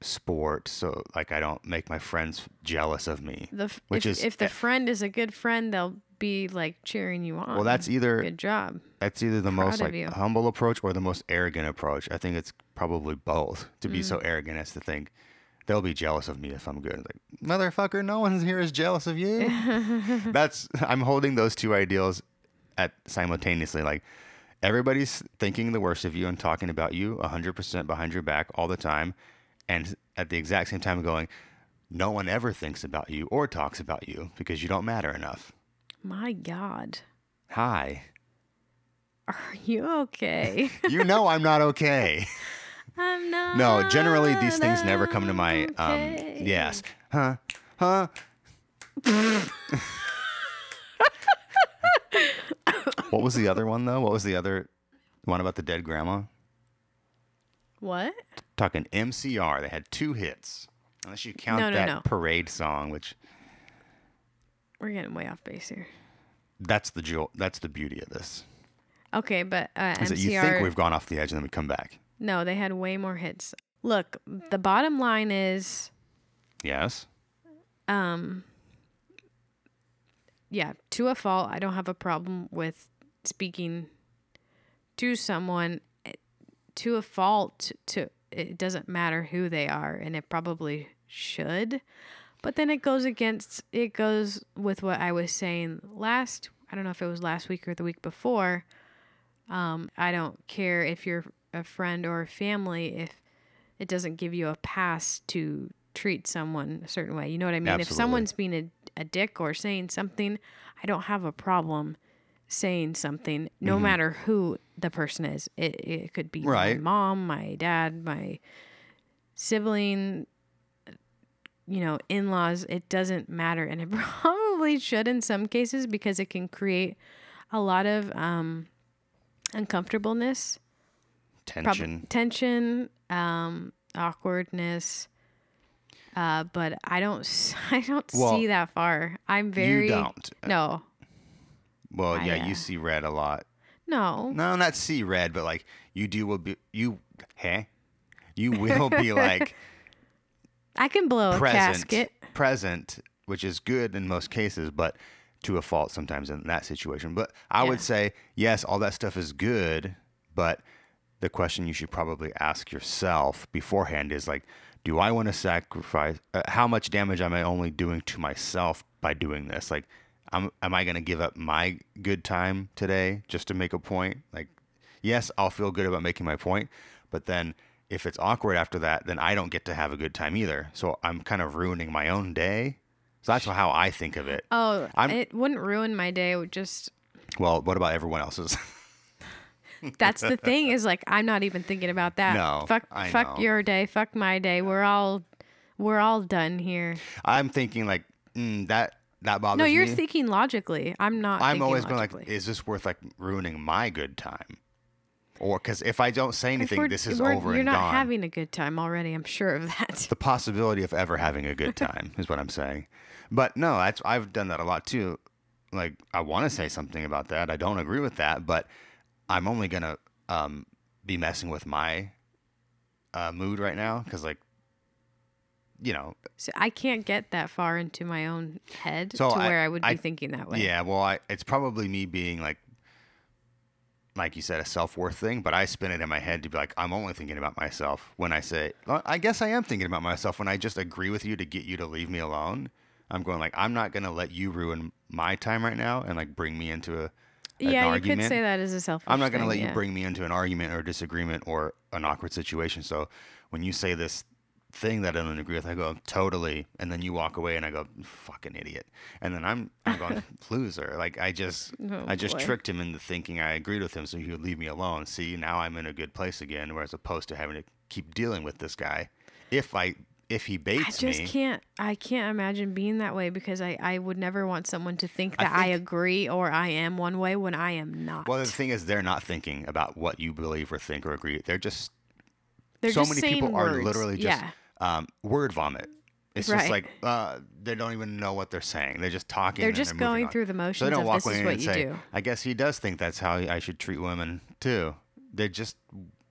C: sport so like I don't make my friends jealous of me.
A: The f-
C: which
A: if,
C: is eh.
A: if the friend is a good friend, they'll be like cheering you on.
C: well, that's either
A: good job.
C: that's either the most
A: of
C: like
A: you.
C: humble approach or the most arrogant approach. I think it's probably both. To be
A: Mm.
C: so arrogant as to think they'll be jealous of me if I'm good. Like motherfucker, no one here is jealous of you. that's I'm holding those two ideals at simultaneously. Like everybody's thinking the worst of you and talking about you 100% behind your back all the time, and at the exact same time going, no one ever thinks about you or talks about you because you don't matter enough.
A: My God,
C: Hi.
A: are you okay?
C: You know I'm not okay.
A: I'm not.
C: No, generally these things never come to my um
A: okay.
C: yes. Huh? Huh? what was the other one though? What was the other One about the dead grandma.
A: What?
C: Talking MCR. They had two hits. Unless you count
A: No, no,
C: that
A: no.
C: parade song, which
A: We're getting way off base here.
C: that's the jewel. That's the beauty of this.
A: Okay, but uh,
C: Is
A: MCR.
C: that you think we've gone off the edge and then we come back?
A: No, they had way more hits. Look, the bottom line is,
C: Yes.
A: yeah, to a fault, I don't have a problem with speaking to someone eh, to a fault to it doesn't matter who they are and it probably should. But then it goes against it goes with what I was saying last I don't know if it was last week or the week before. Um, I don't care if you're a friend or a family if it doesn't give you a pass to treat someone a certain way. You know what I mean? If
C: Absolutely.
A: someone's being a, a dick or saying something, I don't have a problem saying something, no matter who the person is. It, it could be
C: Mm-hmm. Right.
A: my mom, my dad, my sibling, you know, in laws. It doesn't matter. And it probably should in some cases because it can create a lot of um, uncomfortableness, prob-
C: Tension.
A: tension, um, awkwardness. Uh, but I don't, s- I don't
C: Well,
A: see that far. I'm very
C: don't.
A: no,
C: well, yeah,
A: yeah.
C: you see red a lot.
A: no.
C: No, not see red, but like you do will be you. Hey, you will be like
A: I can blow a
C: present,
A: casket.
C: present, which is good in most cases, but to a fault sometimes in that situation. But I would
A: Yeah.
C: say yes, all that stuff is good, but the question you should probably ask yourself beforehand is like, do I want to sacrifice? Uh, how much damage am I only doing to myself by doing this? Like, am am I going to give up my good time today just to make a point? Like, yes, I'll feel good about making my point, but then if it's awkward after that, then I don't get to have a good time either. So I'm kind of ruining my own day. So that's how I think of it.
A: Oh,
C: I'm-
A: it wouldn't ruin my day. It would just
C: well, what about everyone else's?
A: that's the thing is like I'm not even thinking about that.
C: No,
A: fuck,
C: I
A: fuck
C: know.
A: your day. Fuck my day. We're all we're all done here.
C: I'm thinking like mm, that that bothers
A: No, you're
C: me.
A: thinking logically. I'm not.
C: I'm
A: thinking
C: always been like,
A: logically.
C: is this worth like ruining my good time? Or because if I don't say
A: If
C: anything,
A: we're-
C: this is
A: we're-
C: over
A: You're
C: and
A: not
C: gone.
A: having a good time already. I'm sure of that.
C: the possibility of ever having a good time is what I'm saying. But no, that's I've done that a lot too. Like I want to say something about that. I don't agree with that, but I'm only gonna um, be messing with my uh, mood right now because, like, you know,
A: So I can't get that far into my own head
C: So
A: to
C: I-
A: where I would
C: I-
A: be thinking that way.
C: Yeah, well, I, it's probably me being like, like you said, a self worth thing. But I spin it in my head to be like, I'm only thinking about myself when I say, well, I guess I am thinking about myself when I just agree with you to get you to leave me alone. I'm going like, I'm not gonna let you ruin my time right now and like bring me into a an
A: yeah. You
C: argument.
A: could say that as a self.
C: I'm not going to let
A: yeah.
C: you bring me into an argument or disagreement or an awkward situation. So when you say this thing that I don't agree with, I go totally, and then you walk away, and I go fucking idiot, and then I'm I'm going loser. Like I just
A: Oh,
C: I just
A: boy.
C: tricked him into thinking I agreed with him, so he would leave me alone. See, now I'm in a good place again, whereas opposed to having to keep dealing with this guy. If I if
A: I
C: he baits
A: just
C: me,
A: can't. I can't imagine being that way because I, I would never want someone to think that I,
C: think-
A: agree or I am one way when I am not.
C: well, the thing is, they're not thinking about what you believe or think or agree. They're just
A: They're
C: so
A: just
C: many
A: saying
C: people are
A: words.
C: literally just
A: yeah.
C: um, word vomit. It's
A: Right.
C: just like uh, they don't even know what they're saying. They're just talking.
A: They're
C: and
A: just
C: moving
A: going
C: on.
A: through the
C: So
A: motions
C: they don't
A: of
C: walk
A: this
C: away
A: is
C: in
A: what
C: and
A: you
C: say,
A: do.
C: "I guess he does think that's how I should treat women too." They're just.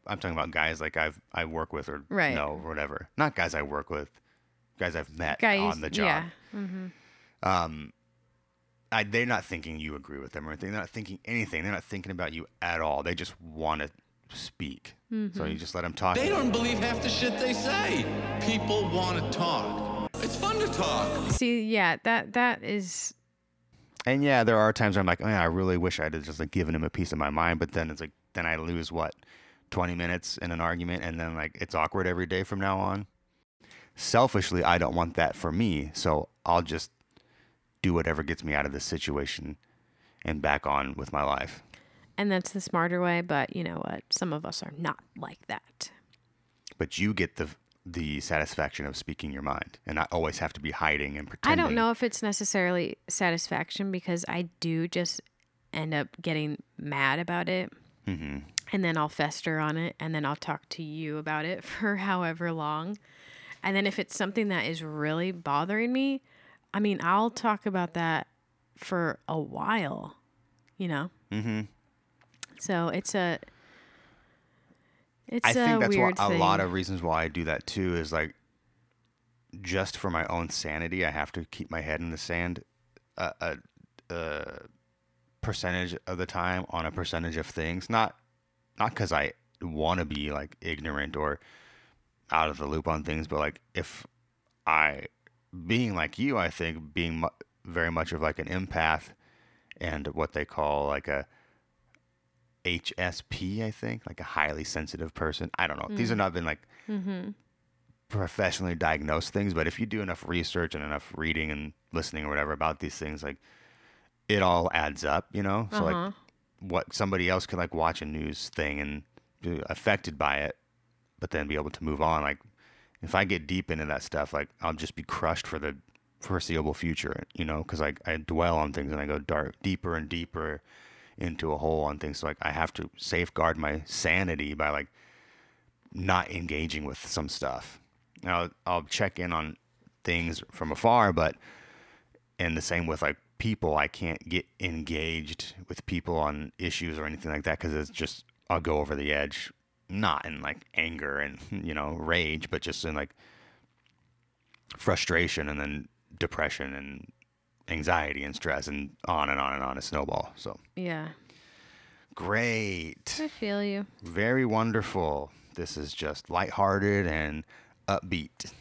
C: I'm talking about guys like I've I work with or
A: Right.
C: no or whatever. Not guys I work with, guys I've met
A: Guys,
C: on the job.
A: yeah.
C: Um, I, they're not thinking you agree with them or anything. They're not thinking anything. They're not thinking about you at all. They just want to speak. So
A: Mm-hmm.
C: you just let them talk.
F: They don't believe half the shit they say. People want to talk. It's fun to talk.
A: See, yeah, that that is
C: And yeah, there are times where I'm like, man, I really wish I'd have just like given him a piece of my mind. But then it's like, then I lose what, 20 minutes in an argument, and then like it's awkward every day from now on. Selfishly, I don't want that for me, so I'll just do whatever gets me out of this situation and back on with my life.
A: and that's the smarter way, but you know what? Some of us are not like that.
C: But you get the the satisfaction of speaking your mind, and not always have to be hiding and
A: I
C: pretending.
A: don't know if it's necessarily satisfaction because I do just end up getting mad about it.
C: Mm-hmm.
A: and then I'll fester on it, and then I'll talk to you about it for however long. And then if it's something that is really bothering me, I mean, I'll talk about that for a while, you know. Mm-hmm. So it's a it's
C: I
A: a
C: think that's why
A: weird
C: a
A: thing.
C: lot of reasons why I do that too is like just for my own sanity, I have to keep my head in the sand a, a, a percentage of the time on a percentage of things. Not not because I want to be like ignorant or out of the loop on things, but like if I being like you, I think being mu- very much of like an empath and what they call like a HSP, I think, like a highly sensitive person. I don't know. These have not been like
A: Mm-hmm.
C: professionally diagnosed things, but if you do enough research and enough reading and listening or whatever about these things, like it all adds up, you know? So
A: Uh-huh.
C: like what somebody else could like watch a news thing and be affected by it, but then be able to move on. Like if I get deep into that stuff, like I'll just be crushed for the foreseeable future, you know, because like I dwell on things and I go dark, deeper and deeper into a hole on things. So like I have to safeguard my sanity by like not engaging with some stuff. And I'll, I'll check in on things from afar, but and the same with like people, I can't get engaged with people on issues or anything like that because it's just I'll go over the edge, not in like anger and you know rage, but just in like frustration and then depression and anxiety and stress and on and on and on a snowball. So
A: yeah.
C: great.
A: I feel you.
C: Very wonderful. This is just lighthearted and upbeat.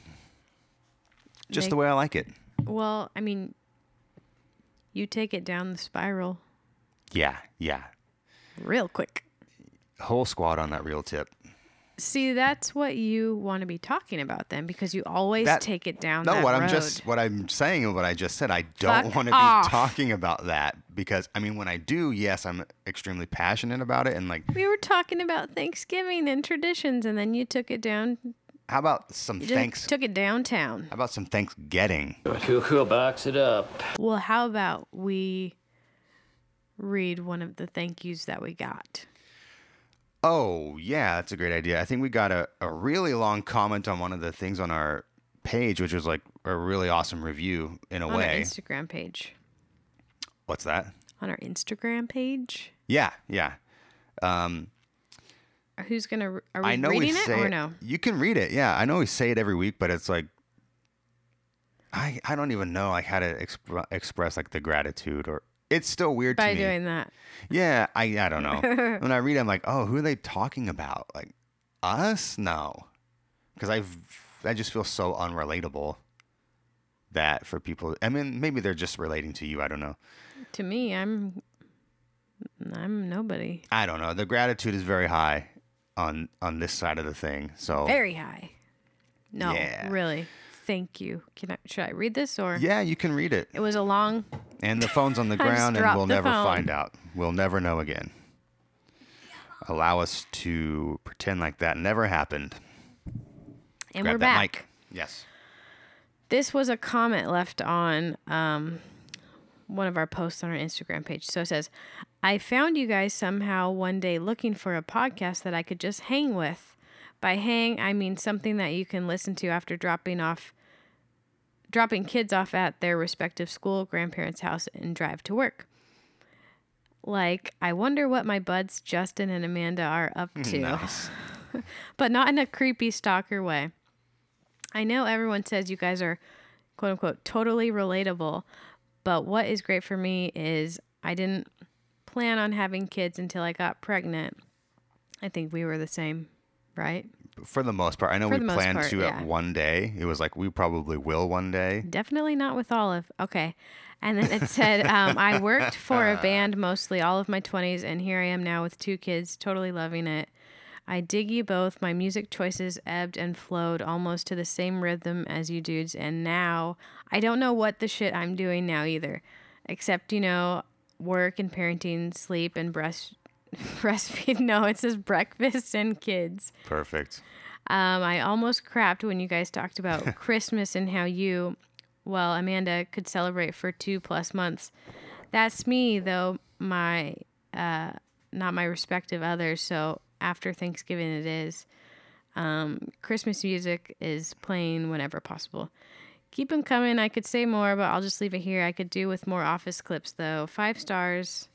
C: Just the
A: Make-
C: way I like it.
A: Well, I mean, you take it down the spiral
C: Yeah, yeah.
A: real quick.
C: Whole squad on that real tip.
A: See, that's what you want to be talking about then, because you always
C: That-
A: take it down.
C: No,
A: that
C: what I'm
A: road.
C: just what I'm saying and what I just said, I don't
A: Fuck
C: want to
A: off.
C: be talking about that because I mean when I do, yes, I'm extremely passionate about it and like
A: We were talking about Thanksgiving and traditions, and then you took it down.
C: how about some
A: You
C: thanks
A: just took it downtown.
C: how about some thanks getting?
G: Cool, cool, box it up.
A: Well, how about we read one of the thank yous that we got?
C: Oh, yeah, that's a great idea. I think we got a, a really long comment on one of the things on our page, which was like a really awesome review in a
A: On our
C: way.
A: Instagram page.
C: What's that?
A: On our Instagram page.
C: Yeah, yeah. Um,
A: Who's gonna? Are we
C: I know
A: reading
C: we say
A: it or no?
C: You can read it. Yeah, I know we say it every week, but it's like I I don't even know like how to expr express like the gratitude or it's still weird
A: By
C: to me.
A: doing that,
C: Yeah, I I don't know. when I read, it, I'm like, oh, who are they talking about? Like us? No, because I I just feel so unrelatable that for people. I mean, maybe they're just relating to you. I don't know.
A: to me, I'm, I'm nobody.
C: I don't know. The gratitude is very high on on this side of the thing. So
A: Very high. No,
C: Yeah.
A: really. Thank you. Can I? Should I read this or?
C: yeah, you can read it.
A: It was a long.
C: And the phone's on the
A: just
C: ground, and
A: dropped
C: we'll
A: the
C: never
A: phone.
C: find out. We'll never know again. Allow us to pretend like that never happened.
A: And
C: Grab
A: we're
C: that
A: back.
C: mic. Yes.
A: This was a comment left on um, one of our posts on our Instagram page. So it says, I found you guys somehow one day looking for a podcast that I could just hang with. By hang, I mean something that you can listen to after dropping off dropping kids off at their respective school, grandparents' house and drive to work. Like, I wonder what my buds Justin and Amanda are up to.
C: Nice.
A: but not in a creepy stalker way. I know everyone says you guys are quote unquote totally relatable, but what is great for me is I didn't plan on having kids until I got pregnant. I think we were the same, right?
C: For the most part, I know
A: For
C: we
A: the most
C: planned
A: part,
C: to
A: yeah.
C: at one day. It was like we probably will one day.
A: Definitely not with Olive. Okay. And then it said, um, I worked for a band mostly all of my 20s, and here I am now with two kids, totally loving it. I dig you both. My music choices ebbed and flowed almost to the same rhythm as you dudes, and now I don't know what the shit I'm doing now either, except, you know, work and parenting, sleep and breast. Breastfeed? No, it says breakfast and kids.
C: Perfect.
A: Um, I almost crapped when you guys talked about Christmas and how you, well, Amanda could celebrate for two plus months. That's me, though my uh, not my respective others. So after Thanksgiving, it is. Um, Christmas music is playing whenever possible. Keep them coming. I could say more, but I'll just leave it here. I could do with more office clips, though. Five stars.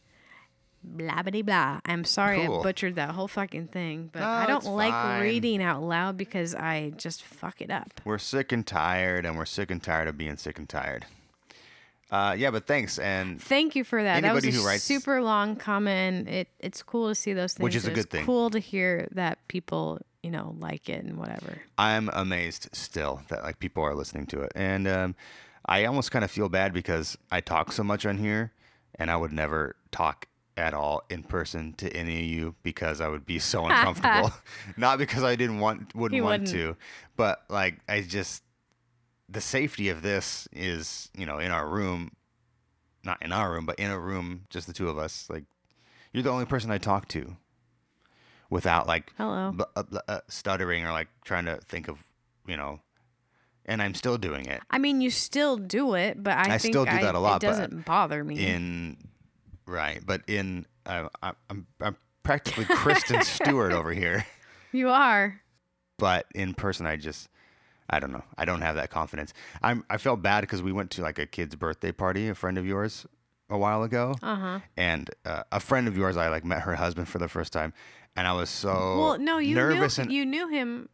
A: Blah blah blah. I'm sorry
C: Cool.
A: I butchered that whole fucking thing, but
C: No,
A: I don't
C: Oh, it's
A: like
C: fine.
A: reading out loud because I just fuck it up.
C: We're sick and tired, and we're sick and tired of being sick and tired. Uh, yeah, but thanks, and
A: Thank you for that.
C: Anybody
A: that was a
C: who writes-
A: super long comment. It it's cool to see those things.
C: Which is
A: and
C: a good
A: it's
C: thing.
A: Cool to hear that people you know like it and whatever.
C: I'm amazed still that like people are listening to it, and um, I almost kind of feel bad because I talk so much on here, and I would never talk at all in person to any of you because I would be so uncomfortable. Not because I didn't want wouldn't
A: You
C: want
A: wouldn't.
C: to, but like I just the safety of this is you know in our room, not in our room, but in a room, just the two of us. Like you're the only person I talk to without like
A: Hello.
C: bl- uh, bl- uh, stuttering or like trying to think of you know and i'm still doing it
A: I mean, you still do it, but I,
C: I
A: think
C: still do that a lot,
A: It
C: but
A: doesn't bother me.
C: in right but in uh, I, i'm i'm practically kristen stewart over here
A: you are.
C: but in person i just i don't know i don't have that confidence i'm i felt bad because we went to like a kid's birthday party a friend of yours a while ago
A: Oh.
C: uh-huh. and uh, a friend of yours i like met her husband for the first time and i was so
A: Well, no, you knew
C: nervous and
A: you knew him.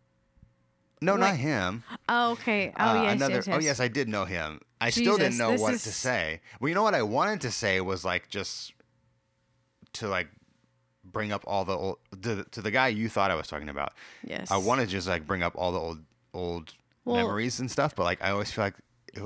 C: no not
A: like-
C: him
A: Oh, okay. Oh
C: Uh,
A: yes,
C: another,
A: yes,
C: Oh yes, I did know him. I still didn't
A: Jesus,
C: know
A: this
C: what
A: is-
C: to say. Well, you know what I wanted to say was like just to like bring up all the old to, the- to the guy you thought I was talking about.
A: Yes.
C: I want to just like bring up all the old old
A: Well-
C: memories and stuff, but like I always feel like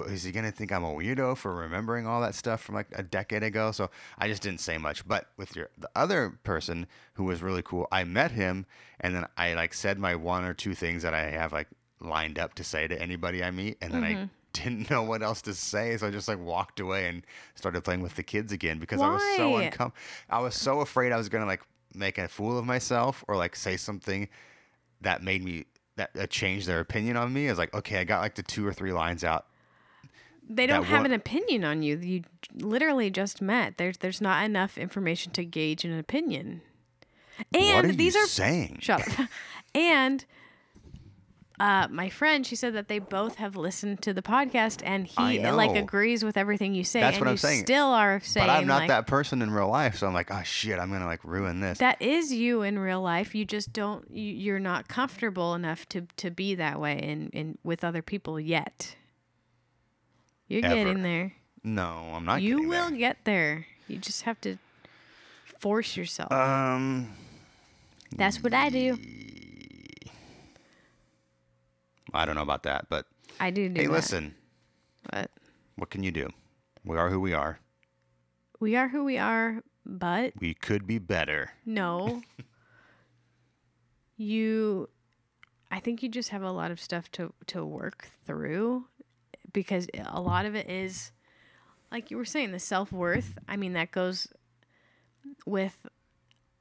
C: is he gonna think I'm a weirdo for remembering all that stuff from like a decade ago? So I just didn't say much. But with your the other person who was really cool, I met him and then I like said my one or two things that I have like lined up to say to anybody I meet, and then
A: Mm-hmm.
C: I didn't know what else to say, so I just like walked away and started playing with the kids again because I was so
A: Why?
C: uncomfortable. I was so afraid I was gonna like make a fool of myself or like say something that made me that uh, changed their opinion on me. I was like, okay, I got like the two or three lines out.
A: They don't
C: that
A: have
C: one-
A: an opinion on you. You literally just met. There's there's not enough information to gauge an opinion. And
C: what are
A: these
C: you
A: are
C: saying?
A: Shut up. and uh, my friend, she said that they both have listened to the podcast, and
C: I
A: he uh, like
C: know.
A: agrees with everything you say.
C: That's
A: and
C: what I'm
A: you
C: saying.
A: Still are saying,
C: but I'm not
A: like,
C: that person in real life, so I'm like, oh shit, I'm gonna like ruin this.
A: That is you in real life. You just don't. You, you're not comfortable enough to to be that way in in with other people yet. You're
C: Ever.
A: getting there.
C: no, I'm not.
A: you
C: getting
A: will
C: there.
A: get there. You just have to force yourself.
C: Um,
A: That's what I do.
C: I don't know about that, but
A: I do do.
C: hey,
A: that,
C: listen,
A: but
C: what can you do? We are who we are.
A: we are who we are. But
C: We could be better.
A: No. you I think you just have a lot of stuff to to work through because a lot of it is like you were saying the self-worth. I mean that goes with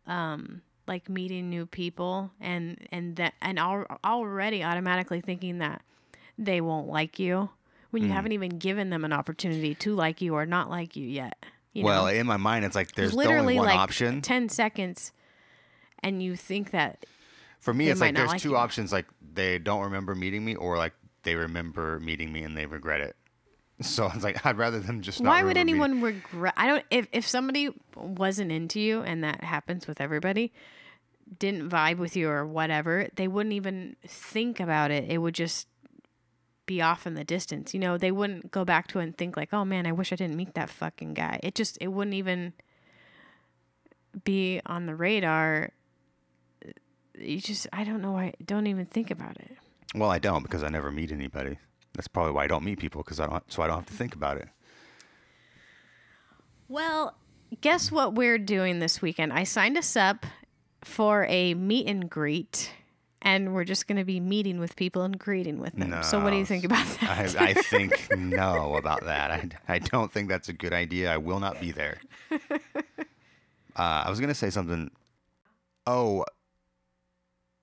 A: um like meeting new people and and that and al- already automatically thinking that they won't like you when you haven't even given them an opportunity to like you or not like you yet. You
C: well,
A: know?
C: in my mind, it's like there's
A: literally
C: only one
A: like
C: option.
A: 10 seconds and you think that
C: For me,
A: they
C: it's
A: might
C: like
A: not
C: there's
A: like
C: two
A: you.
C: options: like they don't remember meeting me, or like they remember meeting me and they regret it. So it's like I'd rather them just. not
A: why would
C: remember meeting-
A: anyone regret i don't if, if somebody wasn't into you and that happens with everybody didn't vibe with you or whatever they wouldn't even think about it it would just be off in the distance you know they wouldn't go back to it and think like oh man i wish i didn't meet that fucking guy it just it wouldn't even be on the radar you just i don't know why don't even think about it
C: Well, I don't because I never meet anybody. That's probably why I don't meet people because I don't. So I don't have to think about it.
A: Well, guess what we're doing this weekend? I signed us up for a meet and greet, and we're just going to be meeting with people and greeting with them. so, what do you
C: No.
A: think about
C: I,
A: that?
C: I think no about that. I, I don't think that's a good idea. I will not be there. Uh, I was gonna say something. Oh,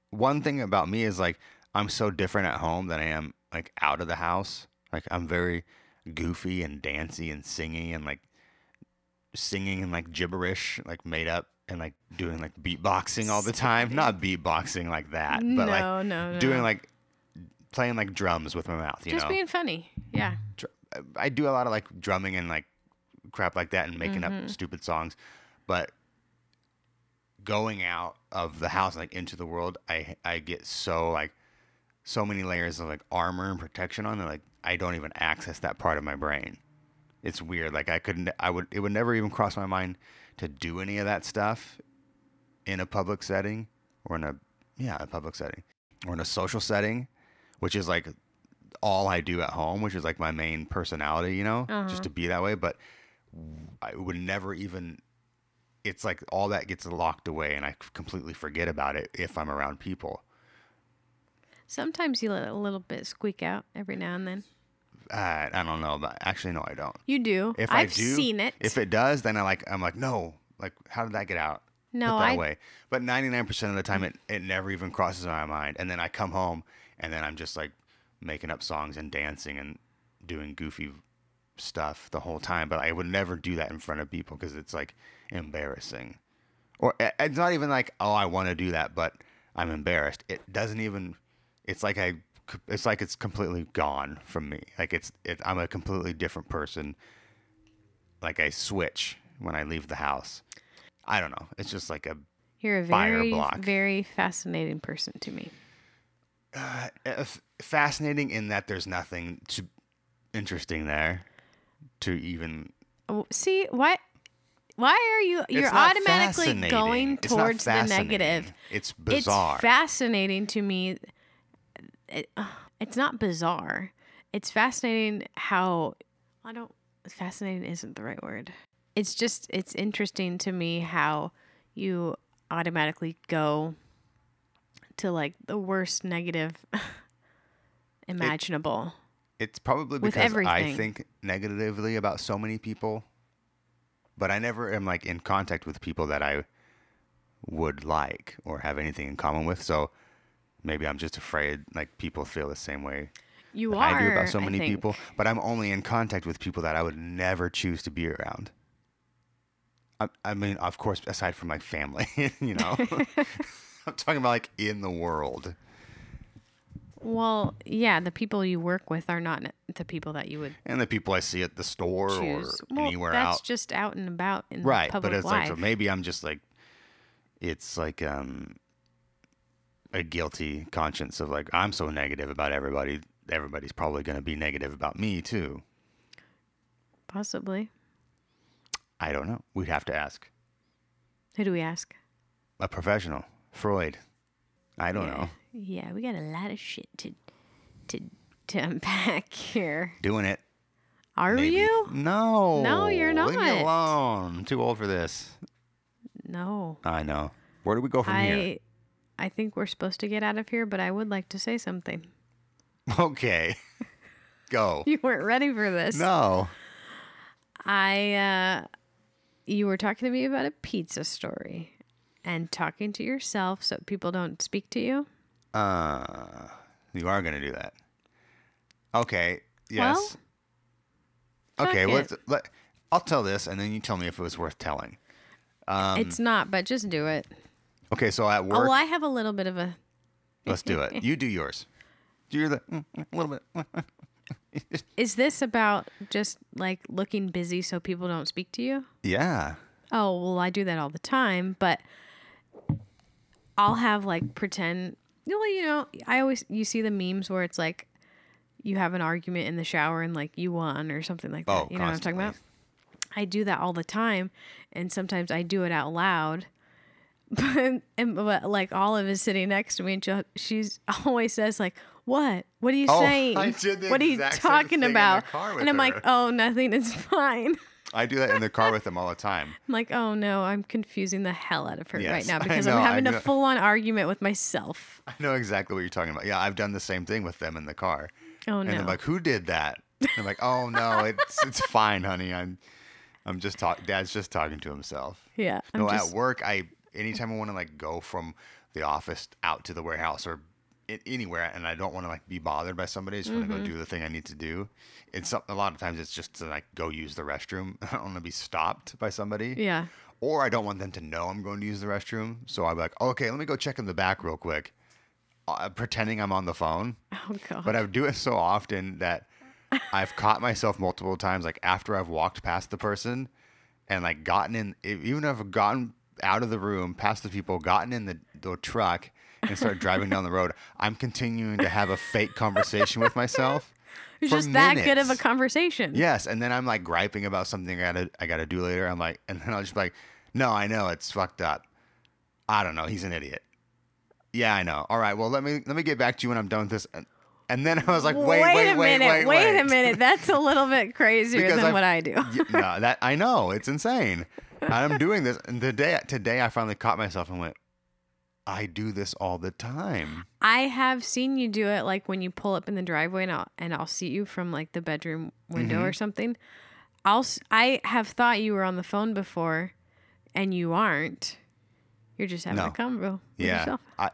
C: one thing about me is like I'm so different at home than I am like out of the house. Like I'm very goofy and dancy and singing and like singing and like gibberish, like made up and like doing like beatboxing all the time. Not beatboxing like that, but
A: No,
C: like
A: no, no.
C: doing like playing like drums with my mouth. You
A: Just
C: know,
A: being funny. Yeah.
C: Dr- I do a lot of like drumming and like crap like that and making up stupid songs, but going out of the house like into the world, I I get so like so many layers of like armor and protection on that like I don't even access that part of my brain. It's weird. Like I couldn't I would it would never even cross my mind to do any of that stuff in a public setting or in a yeah, a public setting or in a social setting, which is like all I do at home, which is like my main personality, you know,
A: Uh-huh.
C: just to be that way, but I would never even it's like all that gets locked away and I completely forget about it if I'm around people.
A: Sometimes you let a little bit squeak out every now and then.
C: Uh, I don't know, but actually no, I don't.
A: You do.
C: If
A: I've
C: I do,
A: seen it.
C: If it does, then I like I'm like no, like how did that get out?
A: No,
C: Put that
A: I-
C: away. But 99% of the time, it it never even crosses my mind. And then I come home, and then I'm just like making up songs and dancing and doing goofy stuff the whole time. But I would never do that in front of people because it's like embarrassing, or i- it's not even like oh I want to do that, but I'm embarrassed. It doesn't even. It's like I. It's like it's completely gone from me. Like it's. It, I'm a completely different person like I switch when I leave the house. I don't know. It's just like a
A: You're a
C: fire
A: very,
C: block.
A: very fascinating person to me.
C: a f- fascinating in that there's nothing to interesting there to even.
A: Oh, See why? Why are you? You're
C: It's not
A: automatically
C: fascinating.
A: going
C: It's not
A: towards the negative.
C: fascinating. It's bizarre.
A: It's fascinating to me. It- uh, it's not bizarre. It's fascinating how I don't. Fascinating isn't the right word. It's just it's interesting to me how you automatically go to like the worst negative imaginable.
C: It's probably
A: With
C: because I
A: everything.
C: think negatively about so many people, but I never am like in contact with people that I would like or have anything in common with. So maybe I'm just afraid like people feel the same way
A: you
C: that
A: are.
C: I do about so
A: I
C: many
A: think.
C: people, but I'm only in contact with people that I would never choose to be around. I, I mean, of course, aside from my family, you know, I'm talking about like in the world.
A: Well, yeah, the people you work with are not the people that you would
C: And the people I see at the store
A: choose.
C: or
A: well,
C: anywhere
A: that's
C: out.
A: just out and about in the
C: right.
A: public
C: But it's like,
A: life.
C: so maybe I'm just like, it's like um, a guilty conscience of like, I'm so negative about everybody. Everybody's probably going to be negative about me too.
A: Possibly.
C: I don't know. We'd have to ask.
A: Who do we ask?
C: a professional, Freud. I don't know.
A: Yeah, we got a lot of shit to to to unpack here.
C: Doing it.
A: Are
C: maybe. Mm.
A: you?
C: No.
A: No, you're
C: Leave me
A: not.
C: alone. I'm too old for this.
A: No.
C: I know. Where do we go from here?
A: I I think we're supposed to get out of here, but I would like to say something.
C: Okay. go.
A: You weren't ready for this.
C: No.
A: I uh you were talking to me about a pizza story and talking to yourself so people don't speak to you.
C: Uh, you are gonna do that. Okay. Yes. okay.
A: fuck
C: Let's,
A: it.
C: let, I'll tell this, and then you tell me if it was worth telling. Um,
A: it's not, but just do it.
C: Okay. So at
A: Oh,
C: work,
A: well, I have a little bit of a
C: let's do it. You do yours. Do your the mm, mm, little bit. mm.
A: Is this about just like looking busy so people don't speak to you?
C: Yeah.
A: Oh, well, I do that all the time, but I'll have like pretend. Well, you know, I always, you see the memes where it's like you have an argument in the shower and like you won or something like that.
C: Oh,
A: you know what I'm talking about?
C: constantly.
A: I do that all the time. And sometimes I do it out loud. But, and, but like Olive is sitting next to me and she'll- she's always says like, what? What are you
C: Oh, I
A: saying?
C: did the
A: what are you
C: exact same
A: talking
C: thing in the
A: about?
C: car with
A: and I'm like,
C: her.
A: oh, nothing. It's fine.
C: I do that in the car with them all the time.
A: I'm like, oh no, I'm confusing the hell out of her right
C: Yes,
A: now
C: I
A: because I'm
C: know, I
A: having
C: know.
A: a full on argument with myself.
C: I know exactly what you're talking about. Yeah, I've done the same thing with them in the car.
A: Oh
C: and
A: no.
C: they're like, "Who did that?" And I'm like, "Oh no, it's it's fine, honey. I'm I'm just talking. Dad's just talking to himself."
A: yeah. I'm
C: no,
A: just,
C: at work, I anytime I want to like go from the office out to the warehouse or a- anywhere, and I don't want to like be bothered by somebody. I just
A: Mm-hmm.
C: want to go do the thing I need to do. It's some- a lot of times it's just to like go use the restroom. I don't want to be stopped by somebody.
A: Yeah.
C: or I don't want them to know I'm going to use the restroom. So I'm like, okay, let me go check in the back real quick, uh, pretending I'm on the phone.
A: Oh god.
C: But I do it so often that I've caught myself multiple times, like after I've walked past the person and like gotten in, e- even if I've gotten out of the room, past the people, gotten in the, the truck and started driving down the road, I'm continuing to have a fake conversation with myself.
A: It's
C: for
A: just that good of a
C: minutes.
A: conversation.
C: Yes, and then I'm like griping about something I gotta I gotta do later. I'm like, and then I'll just be like, no, I know it's fucked up. I don't know. He's an idiot. Yeah, I know. All right, well let me let me get back to you when I'm done with this. And, and then I was like, wait, wait,
A: a
C: wait,
A: minute,
C: wait,
A: a minute. That's a little bit crazier
C: Because
A: than
C: I've-
A: what I do.
C: Y- no, that I know it's insane. I'm doing this, and today today I finally caught myself and went, I do this all the time.
A: I have seen you do it like when you pull up in the driveway and I'll and I'll see you from like the bedroom
C: Mm-hmm.
A: window or something. I'll s- I have thought you were on the phone before and you aren't. You're just having a
C: No.
A: convo with
C: Yeah,
A: yourself.
C: I,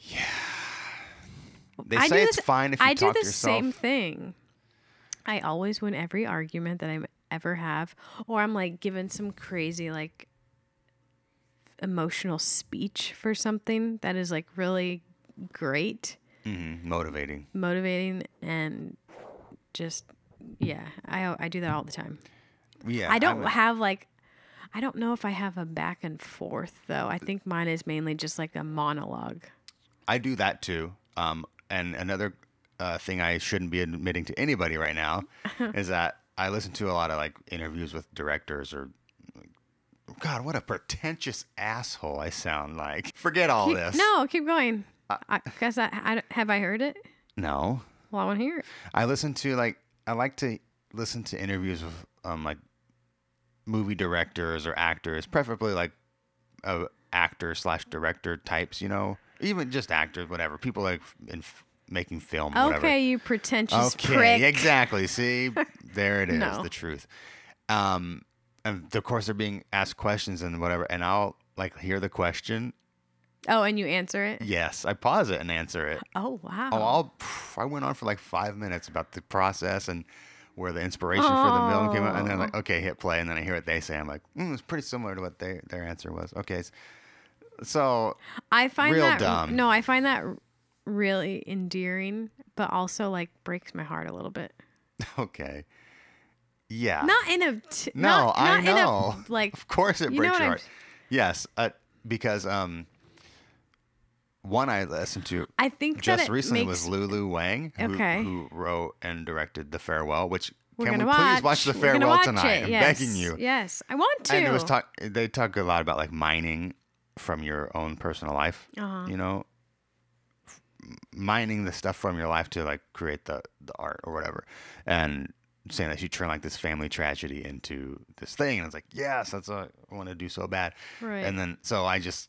C: yeah. They
A: I do
C: say it's
A: this-
C: fine if you
A: I do
C: talk
A: the
C: to yourself.
A: same thing. I always win every argument that I ever have, or I'm like given some crazy like emotional speech for something that is like really great,
C: Hmm, Motivating.
A: motivating, and just yeah, I I do that all the time.
C: Yeah,
A: I don't
C: I'm-
A: have like. I don't know if I have a back and forth though. I think mine is mainly just like a monologue.
C: I do that too. Um, and another uh, thing I shouldn't be admitting to anybody right now is that I listen to a lot of like interviews with directors or. God, what a pretentious asshole I sound like. Forget all
A: Keep-
C: this.
A: No, keep going.
C: Uh,
A: I, guess I, I don't- have I heard it.
C: No.
A: Well, I want to hear it.
C: I listen to like I like to listen to interviews with um like movie directors or actors, preferably like uh, actor slash director types, you know, even just actors, whatever. People like in f- making film,
A: Okay,
C: whatever.
A: you pretentious
C: okay,
A: prick.
C: exactly. See, there it is,
A: No.
C: the truth. Um, and of course they're being asked questions and whatever, and I'll like hear the question.
A: Oh, and you answer it.
C: Yes, I pause it and answer it.
A: Oh wow.
C: Oh, I'll, pff, I went on for like five minutes about the process and where the inspiration for the film came out. And then
A: Oh.
C: like, okay, hit play. And then I hear what they say. I'm like, mm, it's pretty similar to what they, their answer was. Okay. s- So,
A: I find
C: real
A: that
C: dumb.
A: no, I find that r- really endearing, but also like breaks my heart a little bit.
C: okay. Yeah.
A: Not in a t-
C: no,
A: not,
C: I
A: not
C: know.
A: In a, like
C: of course it
A: you know
C: breaks
A: what
C: your
A: I'm
C: heart.
A: s-
C: Yes. Uh, because, um, one I listened to
A: I think
C: just
A: that it
C: recently
A: makes,
C: was Lulu Wang, who,
A: Okay.
C: who wrote and directed The Farewell, which
A: We're
C: can we
A: gonna
C: please
A: watch,
C: watch, The
A: we're gonna
C: Farewell
A: watch
C: tonight?
A: It,
C: I'm
A: yes.
C: begging you.
A: Yes, I want to.
C: And it was talk. They talk a lot about like mining from your own personal life.
A: Uh-huh.
C: You know, F- mining the stuff from your life to like create the the art or whatever, and saying that you turn like this family tragedy into this thing. And it's like, yes, that's what I want to do so bad.
A: Right.
C: And then so I just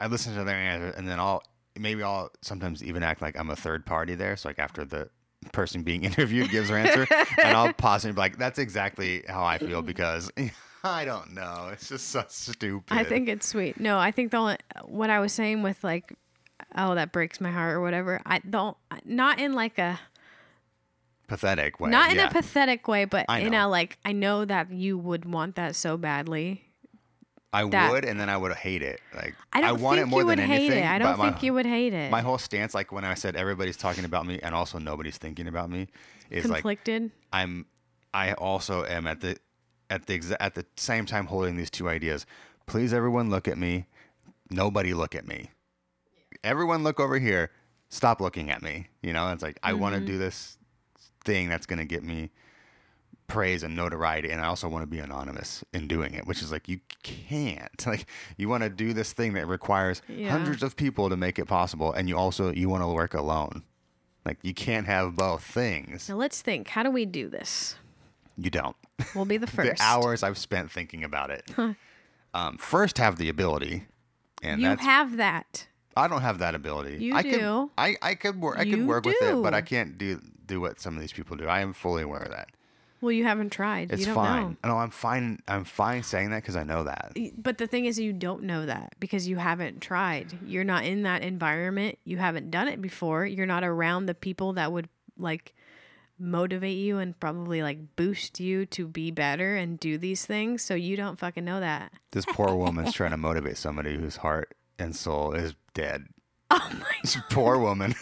C: I listen to their answer, and then I'll maybe I'll sometimes even act like I'm a third party there. So like after the person being interviewed gives her answer, and I'll pause and be like, "That's exactly how I feel because I don't know. It's just so stupid."
A: I think it's sweet. No, I think the only, what I was saying with like, oh, that breaks my heart or whatever. I don't not in like a
C: pathetic way.
A: not in
C: yeah.
A: a pathetic way, but
C: I
A: you
C: know.
A: know, like I know that you would want that so badly.
C: I
A: that-
C: would, and then I would hate it. Like
A: I don't
C: want
A: think
C: it more
A: you would
C: than
A: hate
C: anything.
A: it. I
C: but
A: don't
C: my-
A: think you would hate it.
C: My whole stance, like when I said everybody's talking about me, and also nobody's thinking about me, is like
A: conflicted.
C: I'm I also am at the at the exa- at the same time holding these two ideas. Please everyone look at me. Nobody look at me. Everyone look over here. Stop looking at me. You know, it's like I want to do this thing that's going to get me praise and notoriety and I also want to be anonymous in doing it, which is like you can't. Like you want to do this thing that requires
A: Yeah.
C: hundreds of people to make it possible and you also you want to work alone. Like you can't have both things.
A: now let's think. How do we do this?
C: You don't.
A: We'll be the first.
C: The hours I've spent thinking about it. Um, first, have the ability, and
A: you
C: that's
A: have that.
C: I don't have that ability.
A: You
C: I
A: do.
C: Could, I I could work. I
A: You
C: could work with it, but
A: do.
C: I can't do do what some of these people do. I am fully aware of that.
A: Well, you haven't tried.
C: It's
A: you don't
C: fine. No, I'm fine. I'm fine saying that because I know that.
A: know. But the thing is, you don't know that because you haven't tried. You're not in that environment. You haven't done it before. You're not around the people that would like motivate you and probably like boost you to be better and do these things. So you don't fucking know that.
C: This poor woman's trying to motivate somebody whose heart and soul is dead.
A: Oh my.
C: This poor woman.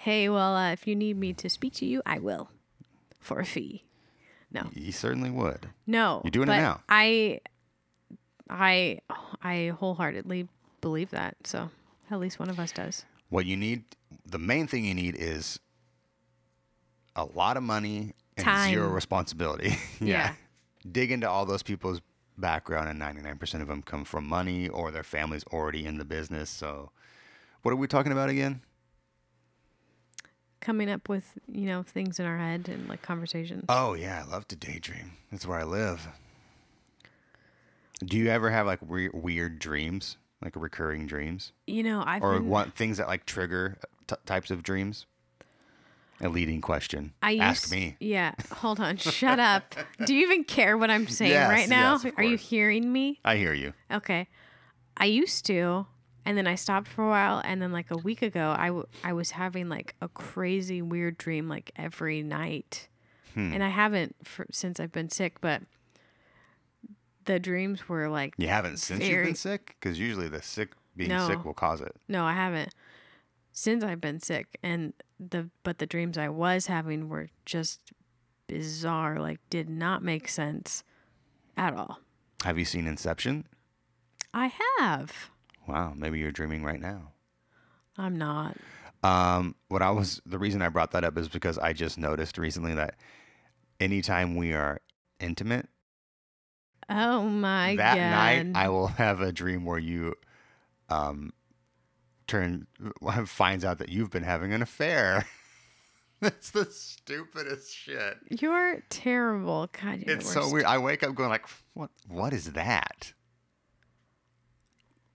A: Hey, well, uh, if you need me to speak to you, I will for a fee.
C: you certainly would.
A: No.
C: You're doing it
A: but
C: now.
A: I I I wholeheartedly believe that. So at least one of us does.
C: What you need, the main thing you need is a lot of money and zero
A: Time.
C: responsibility.
A: Yeah.
C: Dig into all those people's background, and 99% of them come from money or their family's already in the business. So, what are we talking about again?
A: Coming up with, you know, things in our head and like conversations.
C: Oh, yeah. I love to daydream. That's where I live. Do you ever have like weir- weird dreams, like recurring dreams?
A: you know, I've
C: or
A: been,
C: want things that like trigger uh, t- types of dreams? A leading question.
A: I used,
C: Ask me.
A: Yeah. Hold on. Shut up. Do you even care what I'm saying
C: Yes,
A: right now?
C: yes, of
A: Are you
C: course.
A: hearing me?
C: I hear you.
A: Okay. I used to, and then I stopped for a while, and then like a week ago, I, w- I was having like a crazy weird dream like every night.
C: Hmm.
A: And I haven't for, since I've been sick, but the dreams were like,
C: You haven't since you've
A: Very-
C: been sick? Because usually the sick being
A: No.
C: sick will cause it.
A: no, I haven't since I've been sick. And the, but the dreams I was having were just bizarre, like did not make sense at all.
C: Have you seen Inception?
A: I have.
C: Wow, maybe you're dreaming right now.
A: I'm not.
C: Um, what I was the reason I brought that up is because I just noticed recently that anytime we are intimate,
A: Oh my
C: that
A: God.
C: night I will have a dream where you um turn finds out that you've been having an affair. That's the stupidest shit.
A: You're terrible. God, you're the
C: It's so
A: worst.
C: weird. I wake up going like, "What? What is that?"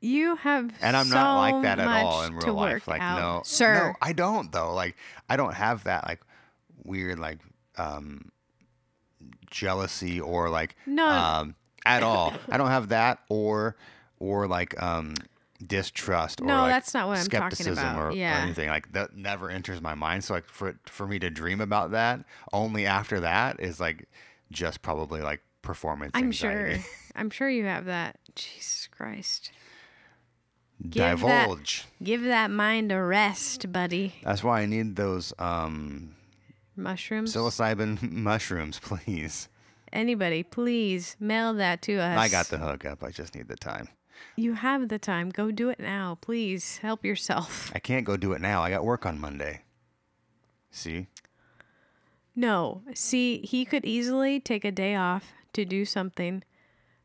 A: You have
C: And I'm not
A: so
C: like that at all
A: much
C: in
A: to
C: real life.
A: work
C: Like,
A: out.
C: no,
A: sir.
C: no, I don't though. Like, I don't have that like weird like um jealousy or like
A: No.
C: um at all. I don't have that or or like um distrust or
A: No,
C: like,
A: that's not what I'm talking
C: skepticism
A: about.
C: Or,
A: Yeah.
C: or anything like that never enters my mind. So like for it- for me to dream about that only after that is like just probably like performance.
A: I'm
C: anxiety.
A: sure. I'm sure you have that. Jesus Christ. Give that-
C: Divulge.
A: Give that mind a rest, buddy.
C: That's why I need those um,
A: Mushrooms.
C: psilocybin mushrooms, please.
A: Anybody, please mail that to us.
C: I got the hookup. I just need the time.
A: You have the time. Go do it now. Please help yourself.
C: I can't go do it now. I got work on Monday. See?
A: No. See, he could easily take a day off to do something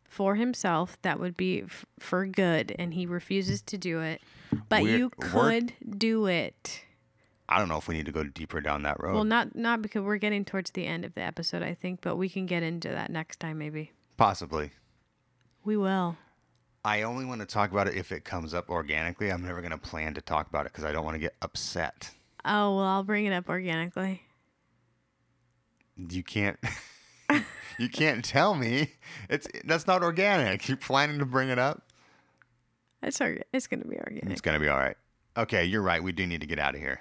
A: for himself that would be f- for good, and he refuses to do it. But
C: Weird-
A: you
C: work-
A: could do it.
C: I don't know if we need to go deeper down that road.
A: Well, not not because we're getting towards the end of the episode, I think, but we can get into that next time, maybe.
C: Possibly.
A: We will.
C: I only want to talk about it if it comes up organically. I'm never going to plan to talk about it because I don't want to get upset.
A: Oh well, I'll bring it up organically.
C: You can't. you can't tell me. It's that's not organic. You planning to bring it up?
A: It's org- it's gonna be organic.
C: It's gonna be all right. Okay, you're right. We do need to get out of here.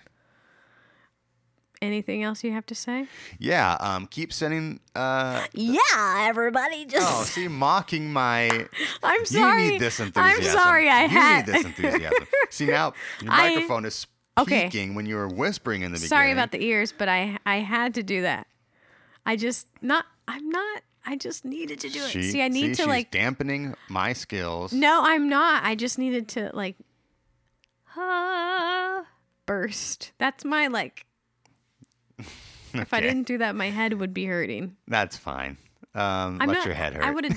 A: Anything else you have to say?
C: Yeah. Um. Keep sending. Uh.
A: Yeah, everybody, just
C: Oh, see, mocking my.
A: I'm sorry.
C: You need this enthusiasm.
A: I'm sorry, I
C: you
A: had.
C: need this enthusiasm. see now, your
A: I-
C: microphone is
A: Okay.
C: speaking when you were whispering in the beginning.
A: Sorry about the ears, but I I had to do that. I just not I'm not I just needed to do it.
C: She-
A: See, I need to
C: she's
A: like
C: dampening my skills.
A: No, I'm not. I just needed to like ah, burst. That's my like if I
C: Okay.
A: didn't do that my head would be hurting.
C: That's fine. Um,
A: I'm
C: let
A: not,
C: your head hurt.
A: I would have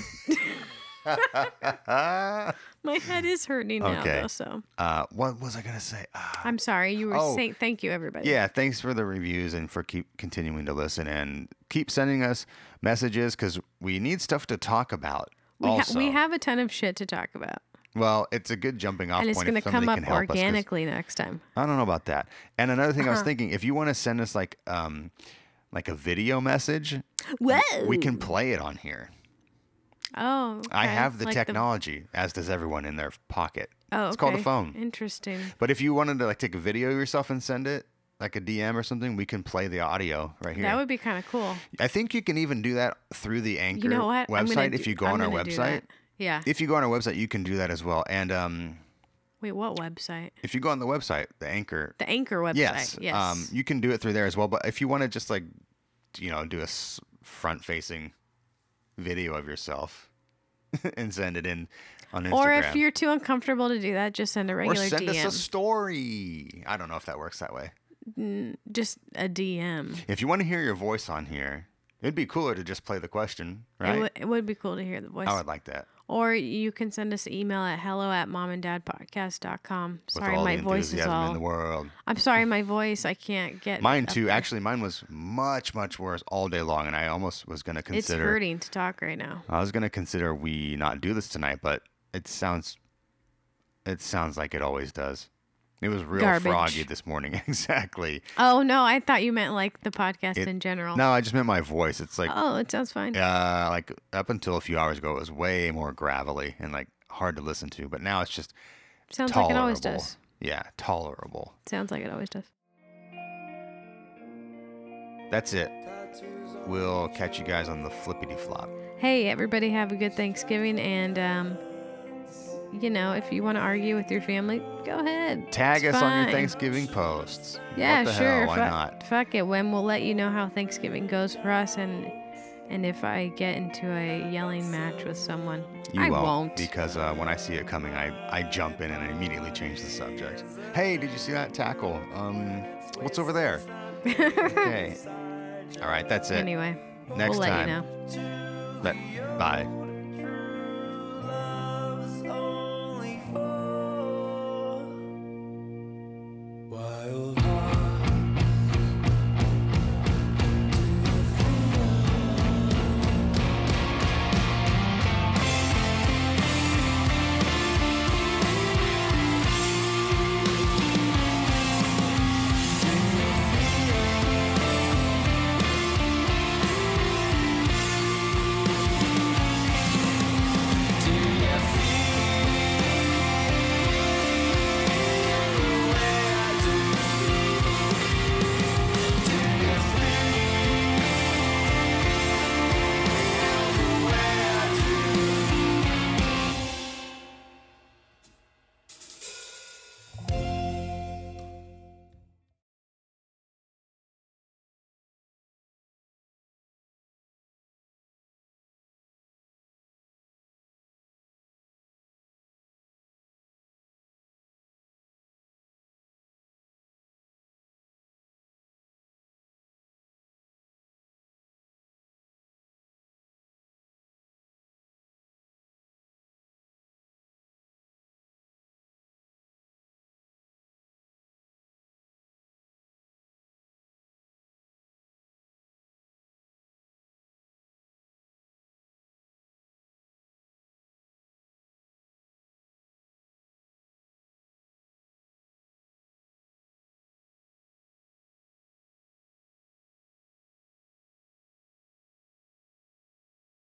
A: My head is hurting now
C: Okay.
A: though, so
C: uh, what was I gonna say? Ah.
A: I'm sorry. You were
C: Oh.
A: saying thank you everybody.
C: Yeah, thanks for the reviews and for keep continuing to listen and keep sending us messages because we need stuff to talk about.
A: We, ha-
C: also,
A: we have a ton of shit to talk about.
C: well, it's a good jumping off
A: And it's
C: point. if
A: going to
C: somebody
A: come up
C: can help us 'cause-
A: organically next time.
C: I don't know about that. And another thing I
A: Uh-huh.
C: was thinking, if you want to send us like um like a video message,
A: Whoa.
C: we can play it on here.
A: Oh,
C: I
A: okay.
C: have the
A: Like
C: technology, as does everyone in their pocket.
A: oh,
C: it's called a
A: okay.
C: phone.
A: Interesting.
C: But if you wanted to like take a video of yourself and send it, like a DM or something, we can play the audio right here.
A: That would be kind of cool.
C: I think you can even do that through the Anchor
A: You know what? I'm gonna
C: website
A: do-
C: if you go
A: I'm
C: on our
A: gonna do
C: website.
A: that. Yeah.
C: If you go on our website, you can do that as well. And um,
A: Wait, what website?
C: if you go on the website, the Anchor,
A: The Anchor website.
C: yes,
A: Yes.
C: Um, you can do it through there as well. But if you want to just like, you know, do a s- front-facing video of yourself and send it in on Instagram,
A: or if you're too uncomfortable to do that, just send a
C: or
A: regular
C: send
A: DM.
C: us a story. I don't know if that works that way.
A: just a DM.
C: If you want to hear your voice on here, it'd be cooler to just play the question,
A: It,
C: right? Oh,
A: w- it would be cool to hear the voice.
C: I would like that.
A: or you can send us an email at hello at mom and dad podcast.com.
C: With
A: Sorry,
C: all
A: my
C: the
A: voice is
C: enthusiasm
A: all.
C: in the world.
A: I'm sorry, my voice. I can't get.
C: Mine
A: up
C: too.
A: there.
C: Actually, mine was much, much worse all day long, and I almost was gonna
A: it's
C: consider.
A: hurting to talk right now.
C: I was gonna consider we not do this tonight, but it sounds, it sounds like it always does. It was real
A: Garbage.
C: froggy this morning. exactly.
A: Oh no, I thought you meant like the podcast
C: It-
A: in general.
C: No, I just meant my voice. It's like,
A: Oh, it sounds fine.
C: uh, like up until a few hours ago, it was way more gravelly and like hard to listen to, but now it's just
A: sounds
C: tolerable.
A: like it always does.
C: Yeah, tolerable.
A: Sounds like it always does.
C: That's it. We'll catch you guys on the flippity flop.
A: Hey, everybody, have a good Thanksgiving. And, um, you know, if you want to argue with your family, go ahead.
C: Tag
A: It's
C: us on your
A: fine.
C: Thanksgiving posts.
A: Yeah,
C: what the
A: sure.
C: Hell, why
A: fuck,
C: not?
A: Fuck it, When We'll let you know how Thanksgiving goes for us. And and if I get into a yelling match with someone,
C: You
A: I
C: won't,
A: won't.
C: because uh, when I see it coming, I, I jump in and I immediately change the subject. Hey, did you see that tackle? Um, what's over there? okay. All right, that's it.
A: anyway,
C: Next
A: we'll let
C: time.
A: you know.
C: But- bye.